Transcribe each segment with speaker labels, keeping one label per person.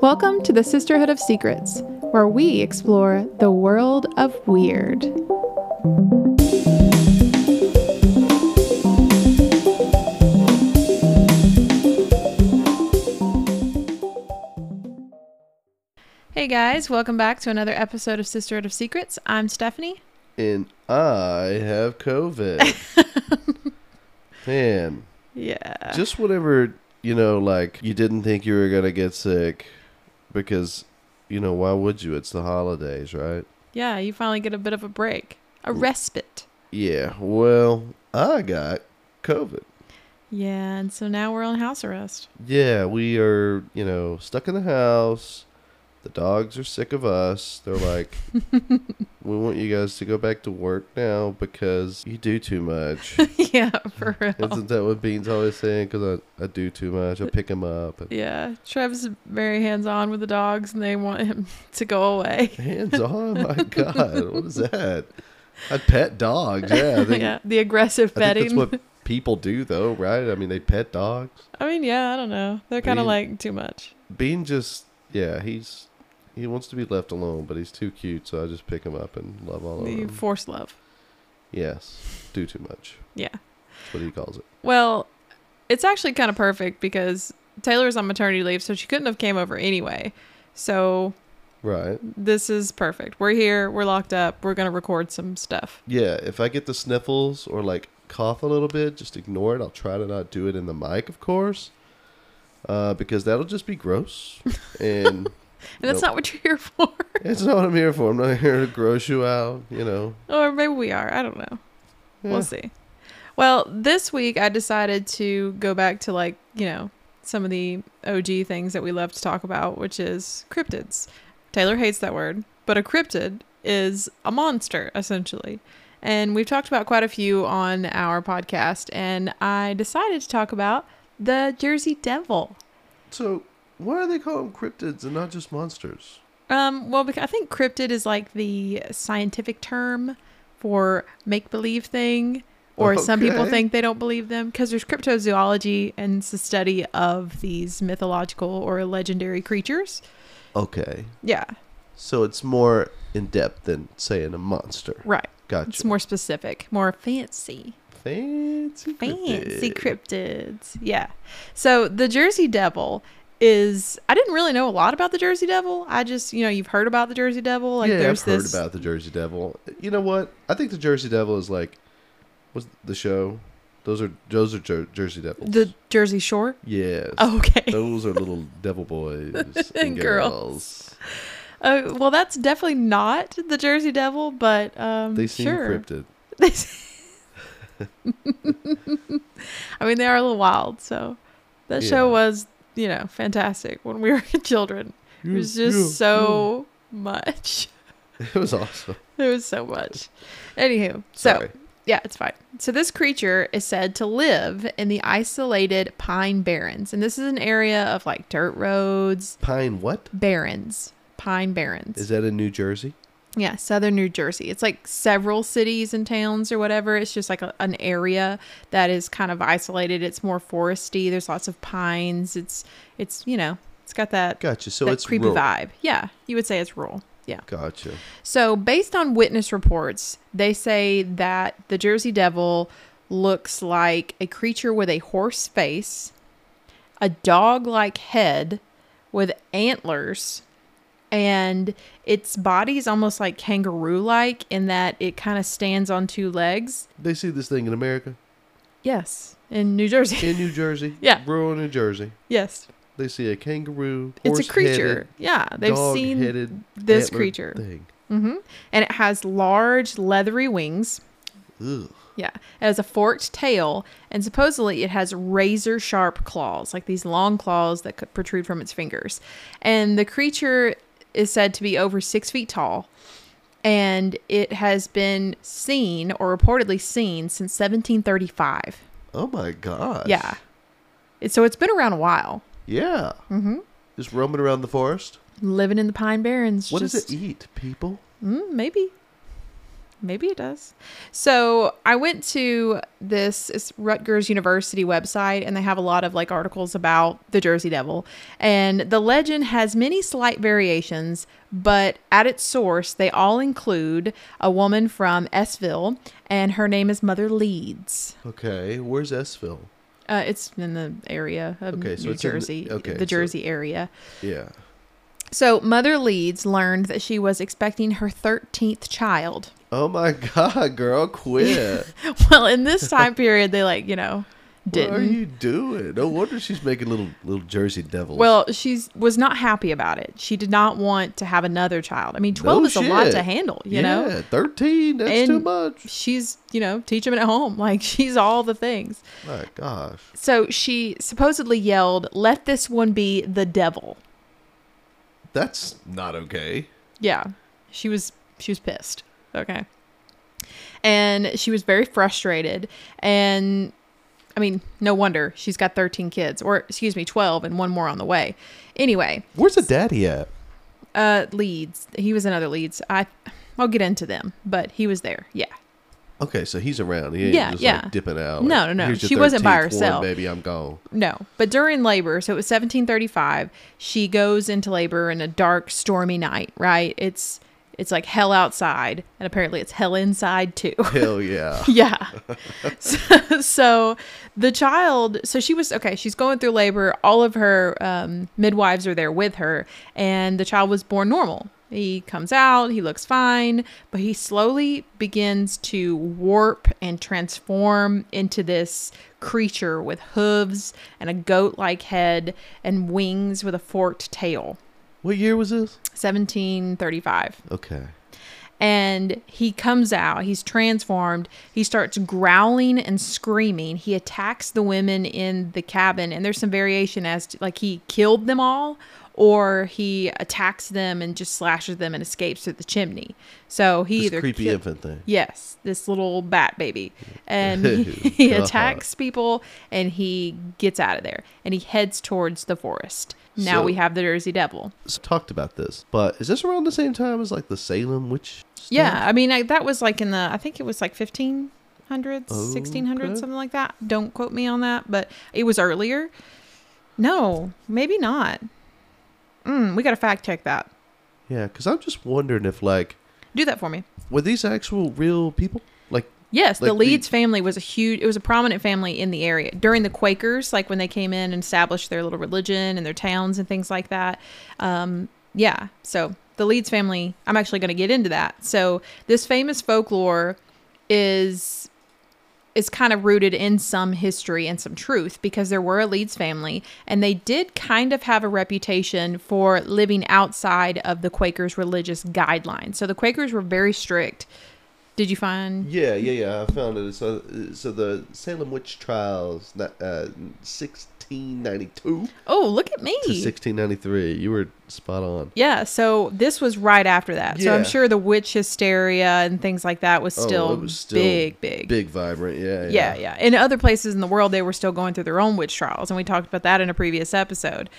Speaker 1: Welcome to the Sisterhood of Secrets, where we explore the world of weird. Hey guys, welcome back to another episode of Sisterhood of Secrets. I'm Stephanie.
Speaker 2: and I have COVID. Man,
Speaker 1: Yeah.
Speaker 2: just whatever, you know, like you didn't think you were going to get sick because, you know, why would you? It's the holidays, right?
Speaker 1: Yeah, you finally get a bit of a break, a respite.
Speaker 2: Yeah, well, I got COVID.
Speaker 1: Yeah, and so now we're on house arrest.
Speaker 2: Yeah, we are, you know, stuck in the house. The dogs are sick of us. They're like, we want you guys to go back to work now because you do too much.
Speaker 1: yeah, for real.
Speaker 2: Isn't that what Bean's always saying? Because I, I do too much. I pick him up. and-
Speaker 1: Yeah, Trev's very hands on with the dogs, and they want him to go away.
Speaker 2: Hands on? My God, what is that? I pet dogs. Yeah, I think,
Speaker 1: yeah, the aggressive
Speaker 2: I
Speaker 1: petting.
Speaker 2: think that's what people do, though, right? I mean, they pet dogs.
Speaker 1: I mean, yeah, I don't know. They're kind of
Speaker 2: Being-
Speaker 1: like too much.
Speaker 2: Bean just, yeah, he's he wants to be left alone, but he's too cute, so I just pick him up and love all over
Speaker 1: The
Speaker 2: him.
Speaker 1: force love.
Speaker 2: Yes, do too much.
Speaker 1: Yeah.
Speaker 2: That's what he calls it.
Speaker 1: Well, it's actually kind of perfect because Taylor's on maternity leave, so she couldn't have came over anyway. So
Speaker 2: Right.
Speaker 1: this is perfect. We're here. We're locked up. We're gonna record some stuff.
Speaker 2: Yeah, if I get the sniffles or like cough a little bit, just ignore it. I'll try to not do it in the mic, of course, uh, because that'll just be gross. And
Speaker 1: And that's
Speaker 2: Nope.
Speaker 1: not what you're here for.
Speaker 2: it's not what I'm here for. I'm not here to gross you out, you know.
Speaker 1: or maybe we are. I don't know.
Speaker 2: Yeah.
Speaker 1: We'll see. Well, this week I decided to go back to like, you know, some of the OG things that we love to talk about, which is cryptids. Taylor hates that word, but a cryptid is a monster, essentially. And we've talked about quite a few on our podcast, and I decided to talk about the Jersey Devil.
Speaker 2: So why do they call them cryptids and not just monsters?
Speaker 1: Um, well, because I think cryptid is like the scientific term for make believe thing, or some people
Speaker 2: Okay.
Speaker 1: think they don't believe them because there's cryptozoology and it's the study of these mythological or legendary creatures.
Speaker 2: Okay,
Speaker 1: Yeah,
Speaker 2: so it's more in depth than saying a monster.
Speaker 1: right.
Speaker 2: Gotcha.
Speaker 1: It's more specific, more fancy.
Speaker 2: fancy.
Speaker 1: Fancy
Speaker 2: cryptid.
Speaker 1: cryptids. Yeah. So the Jersey Devil is I didn't really know a lot about the Jersey Devil. I just, you know, you've heard about the Jersey Devil. Like
Speaker 2: yeah,
Speaker 1: there's
Speaker 2: I've heard
Speaker 1: this
Speaker 2: about the Jersey Devil. You know what? I think the Jersey Devil is like, what's the show? Those are those are Jer- Jersey Devils.
Speaker 1: the Jersey Shore. Oh,
Speaker 2: yes,
Speaker 1: Okay.
Speaker 2: those are little devil boys and
Speaker 1: And girls.
Speaker 2: girls.
Speaker 1: Oh well, that's definitely not the Jersey Devil, but um,
Speaker 2: They seem
Speaker 1: sure.
Speaker 2: cryptid.
Speaker 1: They seem- I mean, they are a little wild. So that show
Speaker 2: Yeah.
Speaker 1: was, you know, fantastic when we were children. It was
Speaker 2: Yeah,
Speaker 1: just
Speaker 2: yeah,
Speaker 1: so much.
Speaker 2: yeah. It was awesome.
Speaker 1: There was so much. Anywho, so
Speaker 2: Sorry.
Speaker 1: yeah, it's fine. So this creature is said to live in the isolated pine barrens, and this is an area of like dirt roads,
Speaker 2: Pine what?
Speaker 1: barrens, pine barrens.
Speaker 2: Is that in New Jersey?
Speaker 1: Yeah, southern New Jersey. It's like several cities and towns or whatever. It's just like a, an area that is kind of isolated. It's more foresty. There's lots of pines. It's it's you know it's got that,
Speaker 2: Gotcha. So
Speaker 1: that
Speaker 2: it's
Speaker 1: creepy
Speaker 2: rural.
Speaker 1: vibe. Yeah, you would say it's rural. Yeah.
Speaker 2: Gotcha.
Speaker 1: So based on witness reports, they say that the Jersey Devil looks like a creature with a horse face, a dog-like head with antlers and its body is almost like kangaroo like in that it kind of stands on two legs.
Speaker 2: They see this thing in America,
Speaker 1: Yes, in New Jersey.
Speaker 2: in New Jersey.
Speaker 1: Yeah.
Speaker 2: Rural New Jersey.
Speaker 1: yes.
Speaker 2: They see a kangaroo.
Speaker 1: it's a creature. Yeah, they've seen this creature. Mm-hmm.
Speaker 2: Thing.
Speaker 1: and it has large leathery wings.
Speaker 2: Ugh.
Speaker 1: Yeah. It has a forked tail and supposedly it has razor sharp claws, like these long claws that could protrude from its fingers. And the creature is said to be over 6 feet tall. And it has been seen or reportedly seen since 1735.
Speaker 2: Oh my gosh.
Speaker 1: Yeah. It, so it's been around a while.
Speaker 2: Yeah. Mm-hmm. Just roaming around the forest.
Speaker 1: Living in the Pine Barrens.
Speaker 2: What
Speaker 1: just,
Speaker 2: does it eat, people?
Speaker 1: Mm, maybe. Maybe it does. So I went to this it's Rutgers University website, and they have a lot of like articles about the Jersey Devil. And the legend has many slight variations, but at its source, they all include a woman from Essville, and her name is Mother Leeds.
Speaker 2: Okay, where's Essville?
Speaker 1: Uh, it's in the area of
Speaker 2: Okay, so
Speaker 1: New
Speaker 2: it's in the-
Speaker 1: Jersey, the,
Speaker 2: okay, so-
Speaker 1: Jersey area.
Speaker 2: Yeah.
Speaker 1: So Mother Leeds learned that she was expecting her 13th child.
Speaker 2: Oh my god, girl, quit.
Speaker 1: well, in this time period, they like you know
Speaker 2: what are
Speaker 1: didn't.
Speaker 2: you doing? No wonder she's making little little Jersey devils.
Speaker 1: well, she's was not happy about it. She did not want to have another child. I mean, twelve
Speaker 2: No
Speaker 1: is a lot
Speaker 2: shit.
Speaker 1: to handle, you
Speaker 2: yeah,
Speaker 1: know.
Speaker 2: thirteen. That's too
Speaker 1: And-
Speaker 2: much.
Speaker 1: She's you know teaching at home, like she's all the things.
Speaker 2: My gosh.
Speaker 1: So she supposedly yelled, "Let this one be the devil."
Speaker 2: That's not okay.
Speaker 1: Yeah. She was she was pissed. Okay. And she was very frustrated and I mean, no wonder she's got 13 kids or excuse me, 12 and one more on the way. Anyway,
Speaker 2: Where's the daddy at?
Speaker 1: uh Leeds, he was another Leeds. I I'll get into them, but he was there. Yeah.
Speaker 2: Okay, so he's around. He ain't
Speaker 1: Yeah,
Speaker 2: just
Speaker 1: yeah.
Speaker 2: like dipping out.
Speaker 1: No,
Speaker 2: like,
Speaker 1: no, no.
Speaker 2: "Here's your
Speaker 1: She wasn't by
Speaker 2: 13th one,
Speaker 1: herself.
Speaker 2: baby, I'm gone.
Speaker 1: No, but during labor, so it was 1735, she goes into labor in a dark, stormy night, right? It's it's like hell outside, and apparently it's hell inside too.
Speaker 2: Hell yeah.
Speaker 1: yeah. so, so the child, so she was okay, she's going through labor. All of her um, midwives are there with her, and the child was born normal. He comes out, he looks fine, but he slowly begins to warp and transform into this creature with hooves and a goat like head and wings with a forked tail.
Speaker 2: What year was this?
Speaker 1: 1735
Speaker 2: Okay.
Speaker 1: and he comes out he's transformed he starts growling and screaming he attacks the women in the cabin and there's some variation as to like he killed them all or he attacks them and just slashes them and escapes through the chimney so he
Speaker 2: This
Speaker 1: either
Speaker 2: creepy
Speaker 1: kill-
Speaker 2: infant thing.
Speaker 1: yes this little bat baby and he,
Speaker 2: Ew,
Speaker 1: he
Speaker 2: Oh, God.
Speaker 1: attacks people and he gets out of there and he heads towards the forest now
Speaker 2: So-
Speaker 1: we have the jersey devil
Speaker 2: So talked about this, but is this around the same time as like the Salem witch? stuff?
Speaker 1: Yeah, I mean I, that was like in the I think it was like 1500s, 1600s,
Speaker 2: Okay.
Speaker 1: something like that. Don't quote me on that, but it was earlier. No, maybe not. Mm, we got to fact check that.
Speaker 2: Yeah, because I'm just wondering if like
Speaker 1: Do that for me.
Speaker 2: were these actual real people? Like
Speaker 1: Yes, the
Speaker 2: Like the-
Speaker 1: Leeds family was a huge it was a prominent family in the area. During the Quakers, like when they came in and established their little religion and their towns and things like that. Um yeah, so the Leeds family, I'm actually going to get into that. So this famous folklore is is kind of rooted in some history and some truth because there were a Leeds family and they did kind of have a reputation for living outside of the Quakers religious guidelines. So the Quakers were very strict. Did you find
Speaker 2: yeah, yeah, yeah. I found it. So, uh, so the Salem witch trials, uh, 1692
Speaker 1: Oh, look at me.
Speaker 2: to 1693. You were spot on.
Speaker 1: Yeah, so this was right after that. So I'm
Speaker 2: Yeah.
Speaker 1: sure the witch hysteria and things like that was
Speaker 2: Oh, it
Speaker 1: still,
Speaker 2: was still
Speaker 1: big, big.
Speaker 2: Big vibrant. Yeah,
Speaker 1: Yeah, yeah. In other places in the world, they were still going through their own witch trials, and we talked about that in a previous episode.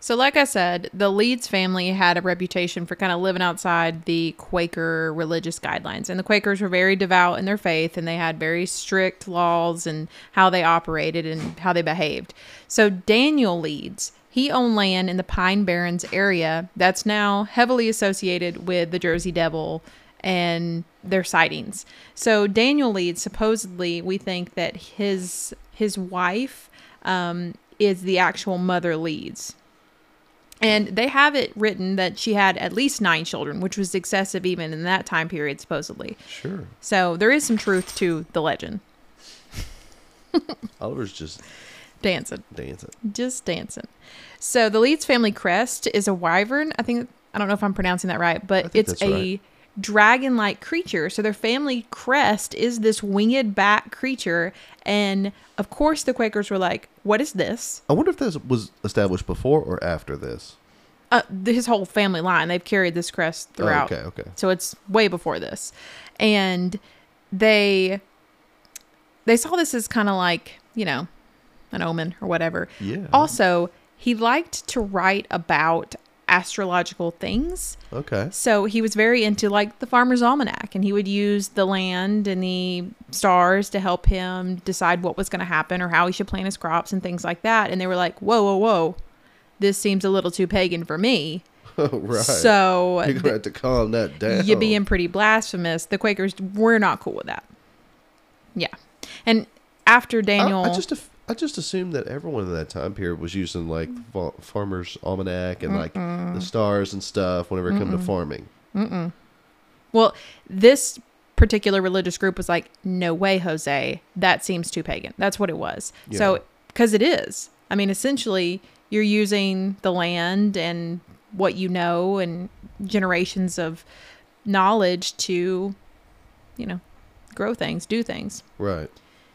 Speaker 1: So, like I said, the Leeds family had a reputation for kind of living outside the Quaker religious guidelines. And the Quakers were very devout in their faith, and they had very strict laws and how they operated and how they behaved. So, Daniel Leeds, he owned land in the Pine Barrens area that's now heavily associated with the Jersey Devil and their sightings. So Daniel Leeds supposedly we think that his his wife um, is the actual mother Leeds. And they have it written that she had at least nine children, which was excessive even in that time period, supposedly.
Speaker 2: Sure.
Speaker 1: So there is some truth to the legend.
Speaker 2: Oliver's just
Speaker 1: Dancing.
Speaker 2: dancing.
Speaker 1: Just dancing. So the Leeds family crest is a wyvern. I think I don't know if I'm pronouncing that right,
Speaker 2: I
Speaker 1: but
Speaker 2: think
Speaker 1: it's
Speaker 2: that's
Speaker 1: a
Speaker 2: right.
Speaker 1: dragon-like creature. So their family crest is this winged bat creature, and of course the Quakers were like, "What is this?"
Speaker 2: I wonder if this was established before or after this.
Speaker 1: Uh, th- his whole family line they've carried this crest
Speaker 2: Oh,
Speaker 1: throughout.
Speaker 2: okay, okay.
Speaker 1: So it's way before this, and they they saw this as kind of like you know an omen or whatever.
Speaker 2: Yeah.
Speaker 1: Also, he liked to write about astrological things.
Speaker 2: Okay.
Speaker 1: So he was very into like the farmer's almanac, and he would use the land and the stars to help him decide what was going to happen or how he should plant his crops and things like that. And they were like, whoa, whoa, whoa, this seems a little too pagan for me.
Speaker 2: Oh, right.
Speaker 1: So
Speaker 2: You're going to have to calm that down.
Speaker 1: you being pretty blasphemous. The Quakers were not cool with that. Yeah, and after
Speaker 2: I-
Speaker 1: Daniel,
Speaker 2: I, just af- I just assumed that everyone in that time period was using like
Speaker 1: Mm-hmm.
Speaker 2: the fa- farmer's almanac and like the stars and stuff whenever it come to farming.
Speaker 1: well, this particular religious group was like, no way, Jose, that seems too pagan. That's what it was.
Speaker 2: Yeah.
Speaker 1: So because it is, I mean, essentially, you're using the land and what you know and generations of knowledge to, you know, grow things, do things.
Speaker 2: Right.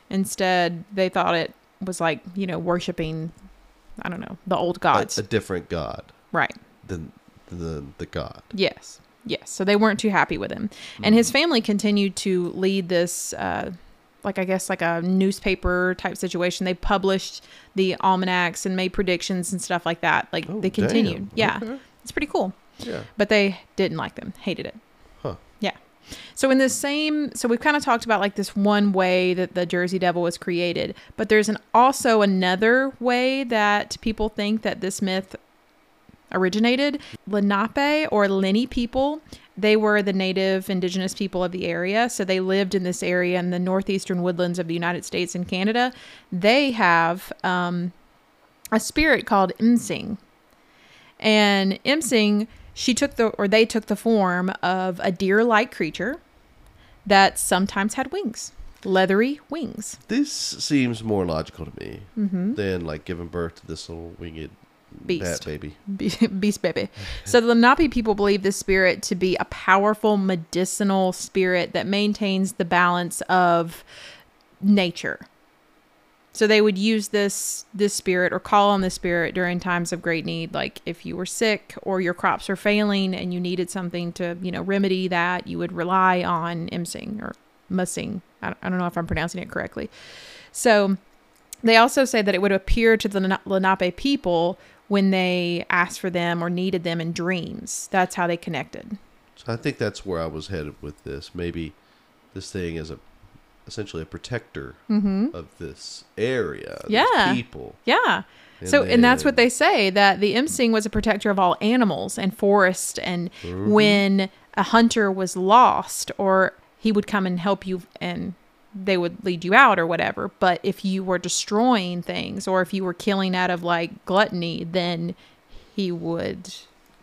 Speaker 1: Instead, they thought it was like, you know, worshiping, I don't know, the old
Speaker 2: A,
Speaker 1: gods.
Speaker 2: a different god
Speaker 1: right.
Speaker 2: than the the god.
Speaker 1: Yes. Yes. So they weren't too happy with him. And
Speaker 2: Mm.
Speaker 1: his family continued to lead this, uh, like, I guess, like a newspaper type situation. They published the almanacs and made predictions and stuff like that. Like,
Speaker 2: Oh,
Speaker 1: they
Speaker 2: damn.
Speaker 1: continued. Yeah.
Speaker 2: Okay.
Speaker 1: It's pretty cool.
Speaker 2: Mm-hmm. Yeah.
Speaker 1: But they didn't like them, hated it.
Speaker 2: Huh.
Speaker 1: Yeah. So in this same so we've kind of talked about like this one way that the Jersey Devil was created, but there's an also another way that people think that this myth originated. Lenape or Lenni people, they were the native indigenous people of the area, so they lived in this area in the northeastern woodlands of the United States and Canada. They have um, a spirit called Imsing. And Imsing, she took the or they took the form of a deer-like creature that sometimes had wings, leathery wings.
Speaker 2: This seems more logical to me than like giving birth to this little winged
Speaker 1: Beast.
Speaker 2: bat baby.
Speaker 1: Be- Beast baby. So the Lenape people believe this spirit to be a powerful medicinal spirit that maintains the balance of nature. So they would use this this spirit or call on the spirit during times of great need, like if you were sick or your crops were failing and you needed something to you know remedy that, you would rely on Imsing or Musing. I don't- I don't know if I'm pronouncing it correctly. So they also say that it would appear to the Lena- Lenape people when they asked for them or needed them in dreams. That's how they connected.
Speaker 2: So I think that's where I was headed with this. Maybe this thing is a essentially a protector of this area, these
Speaker 1: Yeah.
Speaker 2: people.
Speaker 1: Mm-hmm. Yeah.
Speaker 2: And
Speaker 1: so, and that's what
Speaker 2: then-
Speaker 1: they say that the Imsing was a protector of all animals and forest. And
Speaker 2: Mm-hmm.
Speaker 1: when a hunter was lost, or he would come and help you, and they would lead you out or whatever. But if you were destroying things, or if you were killing out of like gluttony, then he would.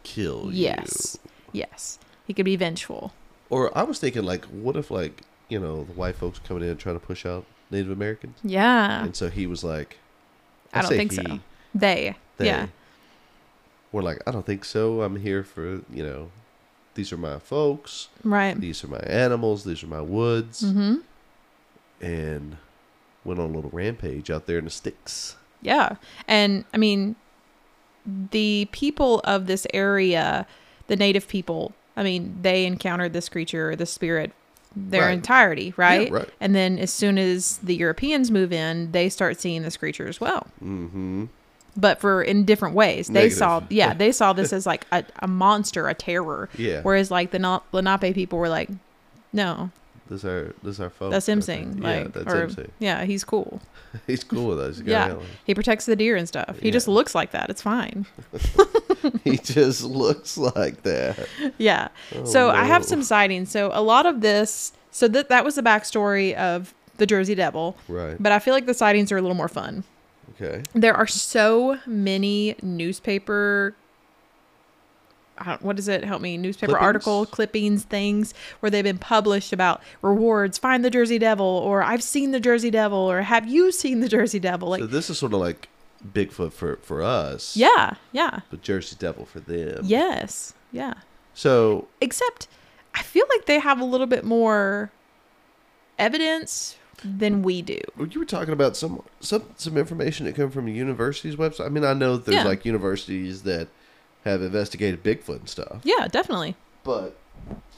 Speaker 2: Kill you.
Speaker 1: Yes. Yes. He could be vengeful.
Speaker 2: Or I was thinking, like, what if, like, you know, the white folks coming in trying to push out Native Americans?
Speaker 1: Yeah.
Speaker 2: And so he was like,
Speaker 1: I don't
Speaker 2: say
Speaker 1: think so.
Speaker 2: he,
Speaker 1: They.
Speaker 2: They
Speaker 1: Yeah.
Speaker 2: were like, I don't think so. I'm here for, you know, these are my folks.
Speaker 1: Right.
Speaker 2: These are my animals. These are my woods. Mm-hmm.
Speaker 1: Mm-hmm.
Speaker 2: And went on a little rampage out there in the sticks.
Speaker 1: Yeah. And I mean, the people of this area, the native people, I mean, they encountered this creature, the spirit, their
Speaker 2: Right.
Speaker 1: entirety, right?
Speaker 2: right.
Speaker 1: And then as soon as the Europeans move in, they start seeing this creature as well.
Speaker 2: Mm-hmm.
Speaker 1: But for in different ways, they
Speaker 2: Negative.
Speaker 1: saw, yeah, they saw this as like a, a monster, a terror.
Speaker 2: Yeah.
Speaker 1: Whereas like the Na- Lenape people were like, no,
Speaker 2: This our this our folks.
Speaker 1: that's him
Speaker 2: Okay.
Speaker 1: sing.
Speaker 2: Yeah,
Speaker 1: Like,
Speaker 2: that's
Speaker 1: or,
Speaker 2: him sing.
Speaker 1: Yeah, he's cool.
Speaker 2: He's cool with us. He's got
Speaker 1: Yeah.
Speaker 2: a handle.
Speaker 1: He protects the deer and stuff. He
Speaker 2: Yeah.
Speaker 1: just looks like that. It's fine.
Speaker 2: He just looks like that.
Speaker 1: Yeah. so I
Speaker 2: Oh,
Speaker 1: have
Speaker 2: no.
Speaker 1: some sightings. So a lot of this, so that that was the backstory of the Jersey Devil.
Speaker 2: Right.
Speaker 1: But I feel like the sightings are a little more fun.
Speaker 2: Okay.
Speaker 1: There are so many newspaper. I don't- What is it? Help me. Newspaper
Speaker 2: Clippings?
Speaker 1: article clippings, things where they've been published about rewards. Find the Jersey Devil, or I've seen the Jersey Devil, or have you seen the Jersey Devil? Like,
Speaker 2: so this is sort of like Bigfoot for for us.
Speaker 1: yeah, yeah,
Speaker 2: But Jersey Devil for them.
Speaker 1: yes, yeah.
Speaker 2: So
Speaker 1: except I feel like they have a little bit more evidence than we do.
Speaker 2: well, you were talking about some some some information that come from a university's website. I mean, I know there's
Speaker 1: Yeah.
Speaker 2: like universities that have investigated Bigfoot and stuff,
Speaker 1: Yeah, definitely.
Speaker 2: but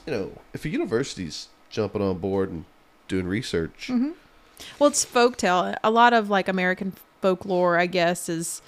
Speaker 2: you know, if a university's jumping on board and doing research,
Speaker 1: Mm-hmm. Well, it's folktale. A lot of like American folklore, I guess, is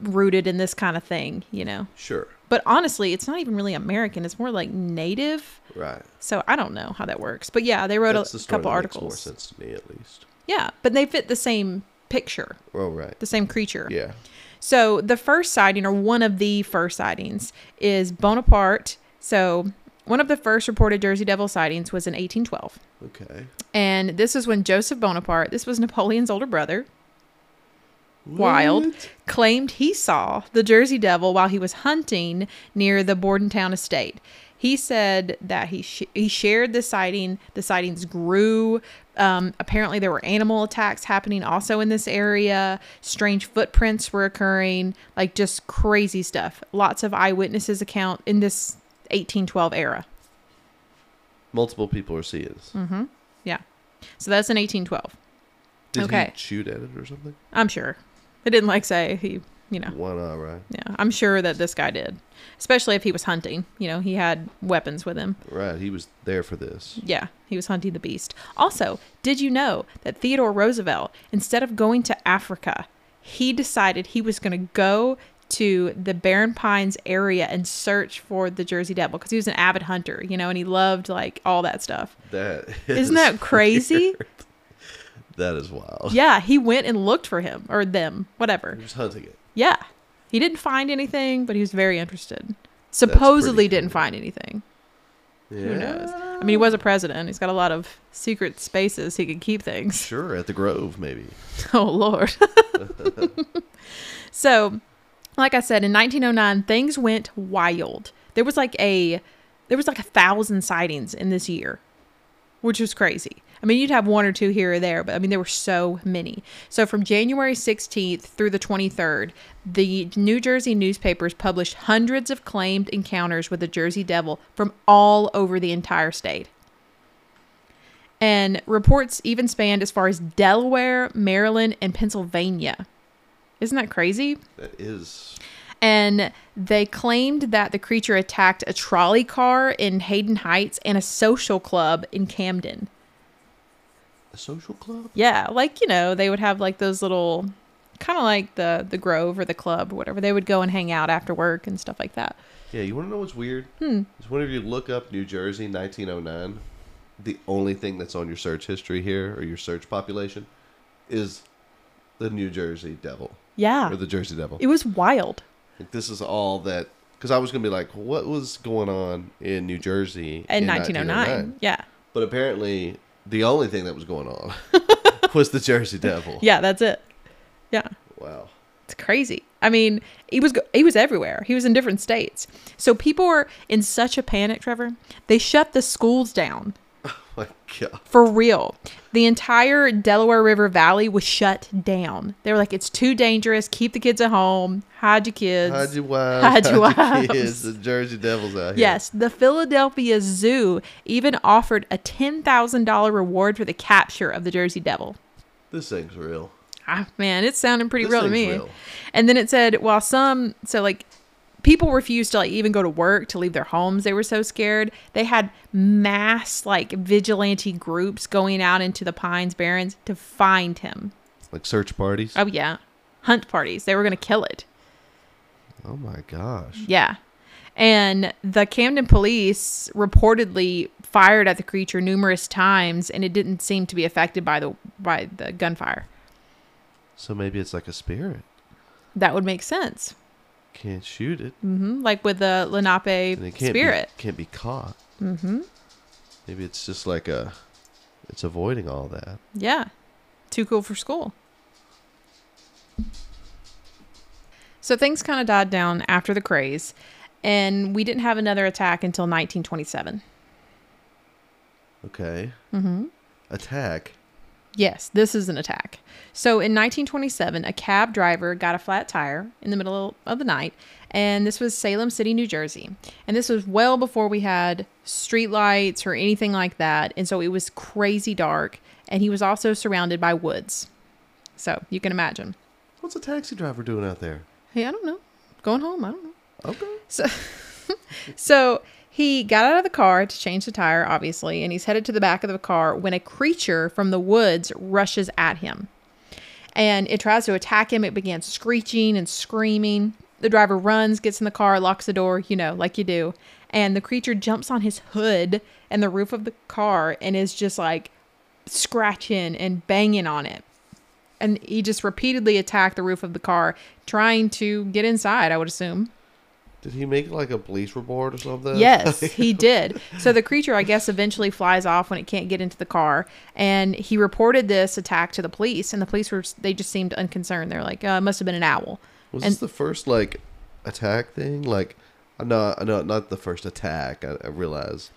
Speaker 1: rooted in this kind of thing, you know.
Speaker 2: sure.
Speaker 1: But honestly, it's not even really American. It's more like native.
Speaker 2: Right.
Speaker 1: So I don't know how that works. But yeah, they wrote
Speaker 2: That's the
Speaker 1: a
Speaker 2: story
Speaker 1: couple
Speaker 2: that makes more
Speaker 1: articles.
Speaker 2: sense to me, at least.
Speaker 1: Yeah, but they fit the same picture,
Speaker 2: Well, right.
Speaker 1: the same creature.
Speaker 2: Yeah.
Speaker 1: So the first sighting, or one of the first sightings, is Bonaparte. So one of the first reported Jersey Devil sightings was in 1812.
Speaker 2: Okay.
Speaker 1: And this is when Joseph Bonaparte, this was Napoleon's older brother, Wild.
Speaker 2: What?
Speaker 1: claimed he saw the Jersey Devil while he was hunting near the Bordentown estate. He said that he sh- he shared the sighting. The sightings grew. Um, apparently, there were animal attacks happening also in this area. Strange footprints were occurring, like just crazy stuff. Lots of eyewitnesses account in this 1812 era. Mm-hmm.
Speaker 2: Multiple people are seeing this.
Speaker 1: Yeah, so that's in 1812.
Speaker 2: Did
Speaker 1: Okay.
Speaker 2: he shoot at it or something?
Speaker 1: I'm sure. It didn't like say he, you know.
Speaker 2: One eye, right?
Speaker 1: Yeah, I'm sure that this guy did, especially if he was hunting. You know, he had weapons with him.
Speaker 2: Right. He was there for this.
Speaker 1: Yeah, he was hunting the beast. Also, did you know that Theodore Roosevelt, instead of going to Africa, he decided he was going to go to the Barren Pines area and search for the Jersey Devil because he was an avid hunter, you know, and he loved like all that stuff.
Speaker 2: That is
Speaker 1: Isn't that crazy?
Speaker 2: That is wild.
Speaker 1: yeah, he went and looked for him or them, whatever.
Speaker 2: He was hunting it.
Speaker 1: Yeah. He didn't find anything, but he was very interested. Supposedly didn't
Speaker 2: cool.
Speaker 1: find anything.
Speaker 2: Yeah.
Speaker 1: Who knows? I mean, he was a president. He's got a lot of secret spaces he could keep things.
Speaker 2: Sure, at the Grove, maybe.
Speaker 1: Oh, Lord. so, like I said, in 1909, things went wild. There was like a. There was like a thousand sightings in this year, which was crazy. I mean, you'd have one or two here or there, but I mean, there were so many. So, from January 16th through the 23rd, the New Jersey newspapers published hundreds of claimed encounters with the Jersey Devil from all over the entire state. And reports even spanned as far as Delaware, Maryland, and Pennsylvania. Isn't that crazy?
Speaker 2: That is.
Speaker 1: And they claimed that the creature attacked a trolley car in Hayden Heights and a social club in Camden.
Speaker 2: A social club?
Speaker 1: Yeah, like, you know, they would have like those little kind of like the the grove or the club or whatever. They would go and hang out after work and stuff like that.
Speaker 2: Yeah, you want to know what's weird? Hmm. Is whenever you look up New Jersey 1909, the only thing that's on your search history here or your search population is the New Jersey Devil
Speaker 1: Yeah.
Speaker 2: or the Jersey Devil.
Speaker 1: It was wild.
Speaker 2: Like, this is all that. Because I was going to be like, what was going on in oh New Jersey
Speaker 1: In, 1909. Yeah.
Speaker 2: But apparently, the only thing that was going on was the Jersey Devil.
Speaker 1: Yeah, that's it. Yeah.
Speaker 2: Wow.
Speaker 1: It's crazy. I mean, he was go- he was everywhere. He was in different states. So people were in such a panic, Trevor. They shut the schools down
Speaker 2: My God.
Speaker 1: for real. The entire Delaware River Valley was shut down. They were like, "It's too dangerous. Keep the kids at home. Hide your kids."
Speaker 2: Hide your wives.
Speaker 1: Hide your
Speaker 2: hide your
Speaker 1: wives.
Speaker 2: kids. The Jersey Devils out here.
Speaker 1: Yes, the Philadelphia Zoo even offered a ten thousand dollar reward for the capture of the Jersey Devil.
Speaker 2: This thing's real.
Speaker 1: Ah, man, it's sounding pretty
Speaker 2: This
Speaker 1: real to
Speaker 2: thing's
Speaker 1: me.
Speaker 2: real.
Speaker 1: And then it said, while some, so like people refused to like even go to work to leave their homes, they were so scared. They had mass like vigilante groups going out into the Pines Barrens to find him.
Speaker 2: Like search parties.
Speaker 1: Oh yeah, hunt parties. They were gonna kill it.
Speaker 2: oh my gosh.
Speaker 1: Yeah. And the Camden police reportedly fired at the creature numerous times, and it didn't seem to be affected by the by the gunfire.
Speaker 2: So maybe it's like a spirit.
Speaker 1: That would make sense.
Speaker 2: Can't shoot it.
Speaker 1: hmm Like with the Lenape
Speaker 2: And it can't
Speaker 1: spirit.
Speaker 2: Be, can't be caught. Mm-hmm. Maybe it's just like a. It's avoiding all that.
Speaker 1: Yeah. Too cool for school. So things kind of died down after the craze, and we didn't have another attack until 1927.
Speaker 2: Okay. Attack.
Speaker 1: Yes, this is an attack. So in 1927, a cab driver got a flat tire in the middle of the night, and this was Salem City, New Jersey. And this was well before we had street lights or anything like that, and so it was crazy dark, and he was also surrounded by woods. So you can imagine.
Speaker 2: What's a taxi driver doing out there?
Speaker 1: Hey, I don't know. Going home, I don't know.
Speaker 2: Okay.
Speaker 1: So, so he got out of the car to change the tire, obviously, and he's headed to the back of the car when a creature from the woods rushes at him. And it tries to attack him. It began screeching and screaming. The driver runs, gets in the car, locks the door, you know, like you do. And the creature jumps on his hood and the roof of the car and is just like scratching and banging on it. And he just repeatedly attacked the roof of the car, trying to get inside, I would assume.
Speaker 2: Did he make like a police report or something?
Speaker 1: Yes, he did. So the creature, I guess, eventually flies off when it can't get into the car, and he reported this attack to the police. And the police were—they just seemed unconcerned. They're like, uh, "It must have been an owl."
Speaker 2: Was
Speaker 1: and-
Speaker 2: this the first like attack thing? Like, uh, no, no, not the first attack. I, I realize,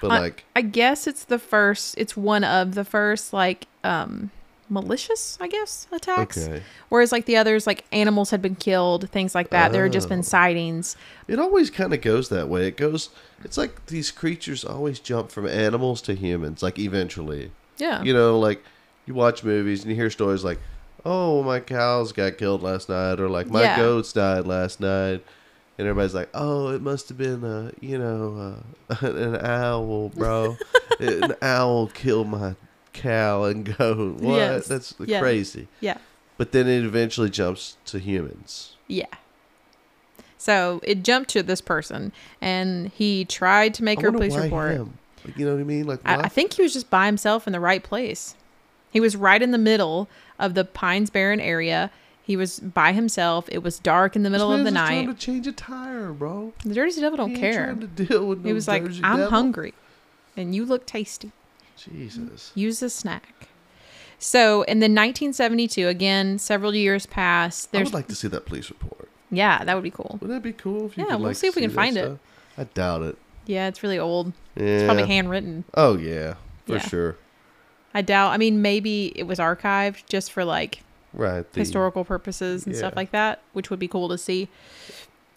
Speaker 2: but
Speaker 1: I-
Speaker 2: like,
Speaker 1: I guess it's the first. It's one of the first, like, um, malicious, I guess, attacks.
Speaker 2: okay.
Speaker 1: Whereas, like the others, like animals had been killed, things like that. There had just
Speaker 2: Oh.
Speaker 1: been sightings.
Speaker 2: It always kind of goes that way. It goes. It's like these creatures always jump from animals to humans. Like eventually,
Speaker 1: Yeah.
Speaker 2: you know, like you watch movies and you hear stories like, "Oh, my cows got killed last night," or like, "My
Speaker 1: Yeah.
Speaker 2: goats died last night," and everybody's like, "Oh, it must have been a you know uh, an owl, bro. an owl killed my cow and goat. What?
Speaker 1: Yes.
Speaker 2: That's
Speaker 1: Yeah.
Speaker 2: crazy."
Speaker 1: Yeah.
Speaker 2: But then it eventually jumps to humans.
Speaker 1: Yeah. So it jumped to this person, and he tried to make
Speaker 2: I
Speaker 1: her
Speaker 2: wonder
Speaker 1: police
Speaker 2: why
Speaker 1: report.
Speaker 2: him? Like, you know what I mean? Like,
Speaker 1: I,
Speaker 2: why
Speaker 1: I think he was just by himself in the right place. He was right in the middle of the Pines Barren area. He was by himself. It was dark in the middle
Speaker 2: This
Speaker 1: of the
Speaker 2: man's just Trying
Speaker 1: night.
Speaker 2: to change a tire, bro.
Speaker 1: The Dirty Devil don't
Speaker 2: He ain't
Speaker 1: care.
Speaker 2: trying to deal with
Speaker 1: He
Speaker 2: no
Speaker 1: was like,
Speaker 2: Jersey
Speaker 1: I'm
Speaker 2: devil."
Speaker 1: hungry, and you look tasty.
Speaker 2: Jesus.
Speaker 1: Use a snack. So, in the 1972, again, several years passed.
Speaker 2: I
Speaker 1: There's,
Speaker 2: would like to see that police report.
Speaker 1: yeah, that would be cool.
Speaker 2: Wouldn't that be cool? If you
Speaker 1: Yeah,
Speaker 2: could,
Speaker 1: we'll
Speaker 2: like,
Speaker 1: see if we can
Speaker 2: that
Speaker 1: find it.
Speaker 2: stuff? I doubt it.
Speaker 1: Yeah, it's really old.
Speaker 2: Yeah.
Speaker 1: It's probably handwritten.
Speaker 2: oh yeah, for
Speaker 1: Yeah.
Speaker 2: sure.
Speaker 1: I doubt. I mean, maybe it was archived just for like
Speaker 2: Right. The,
Speaker 1: historical purposes and stuff
Speaker 2: yeah.
Speaker 1: like that, which would be cool to see.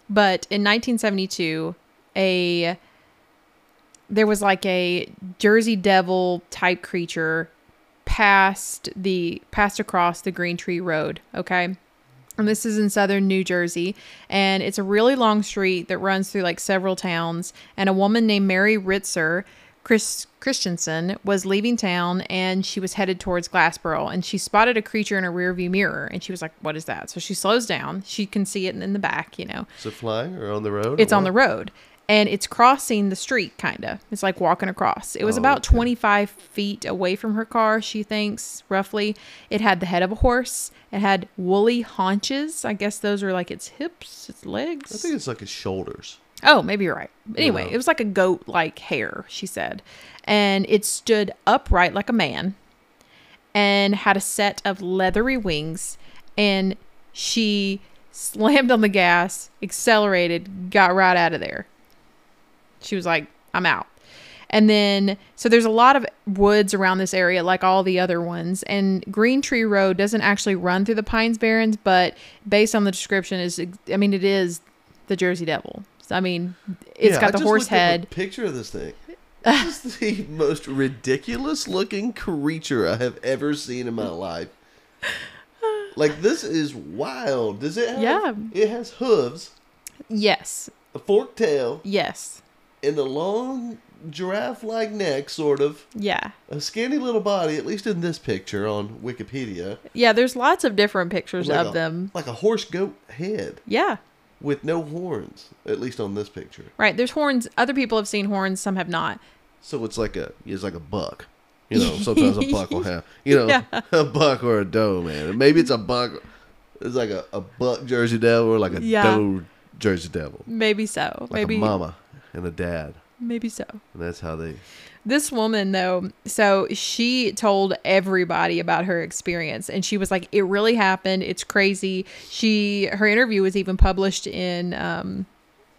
Speaker 1: But in 1972, a there was like a Jersey Devil type creature passed the passed across the Green Tree Road, okay? And this is in southern New Jersey, and it's a really long street that runs through like several towns, and a woman named Mary Ritzer Chris Christensen was leaving town and she was headed towards Glassboro and she spotted a creature in a rearview mirror and she was like, What is that? So she slows down. She can see it in the back, you know.
Speaker 2: Is it flying or on the road?
Speaker 1: It's on the road and it's crossing the street, kind of. It's like walking across. It was
Speaker 2: Oh,
Speaker 1: about
Speaker 2: okay.
Speaker 1: 25 feet away from her car, she thinks, roughly. It had the head of a horse, it had woolly haunches. I guess those are like its hips, its legs.
Speaker 2: I think it's like his shoulders.
Speaker 1: Oh, maybe you're right. Anyway,
Speaker 2: know.
Speaker 1: it was like a goat like hair, she said. And it stood upright like a man and had a set of leathery wings. And she slammed on the gas, accelerated, got right out of there. She was like, I'm out. And then, so there's a lot of woods around this area, like all the other ones. And Green Tree Road doesn't actually run through the Pines Barrens, but based on the description, is I mean, it is the Jersey Devil. I mean, it's
Speaker 2: Yeah, I
Speaker 1: got the
Speaker 2: just
Speaker 1: horse
Speaker 2: looked up a
Speaker 1: head.
Speaker 2: picture of this thing. This is the most ridiculous looking creature I have ever seen in my life. Like this is wild. Does it have?
Speaker 1: Yeah.
Speaker 2: It has hooves,
Speaker 1: Yes,
Speaker 2: a forked tail,
Speaker 1: yes,
Speaker 2: and a long giraffe-like neck, sort of.
Speaker 1: yeah,
Speaker 2: A skinny little body, at least in this picture on Wikipedia.
Speaker 1: yeah. There's lots of different pictures
Speaker 2: like
Speaker 1: of
Speaker 2: a-
Speaker 1: them.
Speaker 2: Like a horse goat head
Speaker 1: Yeah,
Speaker 2: with no horns, at least on this picture.
Speaker 1: right. There's horns. Other people have seen horns. Some have not.
Speaker 2: So it's like a it's like a buck. You know, sometimes a buck will have you know
Speaker 1: Yeah.
Speaker 2: a buck or a doe, man. And Maybe it's a buck it's like a, a buck Jersey Devil or like a
Speaker 1: Yeah.
Speaker 2: doe Jersey Devil.
Speaker 1: Maybe so.
Speaker 2: Like
Speaker 1: maybe
Speaker 2: a mama and a dad.
Speaker 1: Maybe so.
Speaker 2: And that's how they
Speaker 1: This woman, though, so she told everybody about her experience, and she was like, "It really happened. It's crazy." She her interview was even published in um,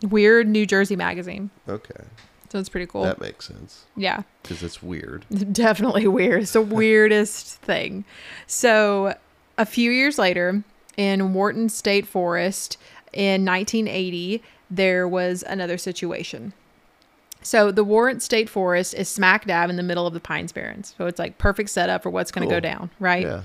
Speaker 1: Weird New Jersey magazine,
Speaker 2: Okay.
Speaker 1: so it's pretty cool.
Speaker 2: That makes sense.
Speaker 1: yeah,
Speaker 2: Because it's weird.
Speaker 1: definitely weird. It's the weirdest thing. So a few years later, in Wharton State Forest in 1980, there was another situation. So the Warrant State Forest is smack dab in the middle of the Pines Barrens. So it's like perfect setup for what's going to
Speaker 2: Cool.
Speaker 1: go down, right?
Speaker 2: Yeah.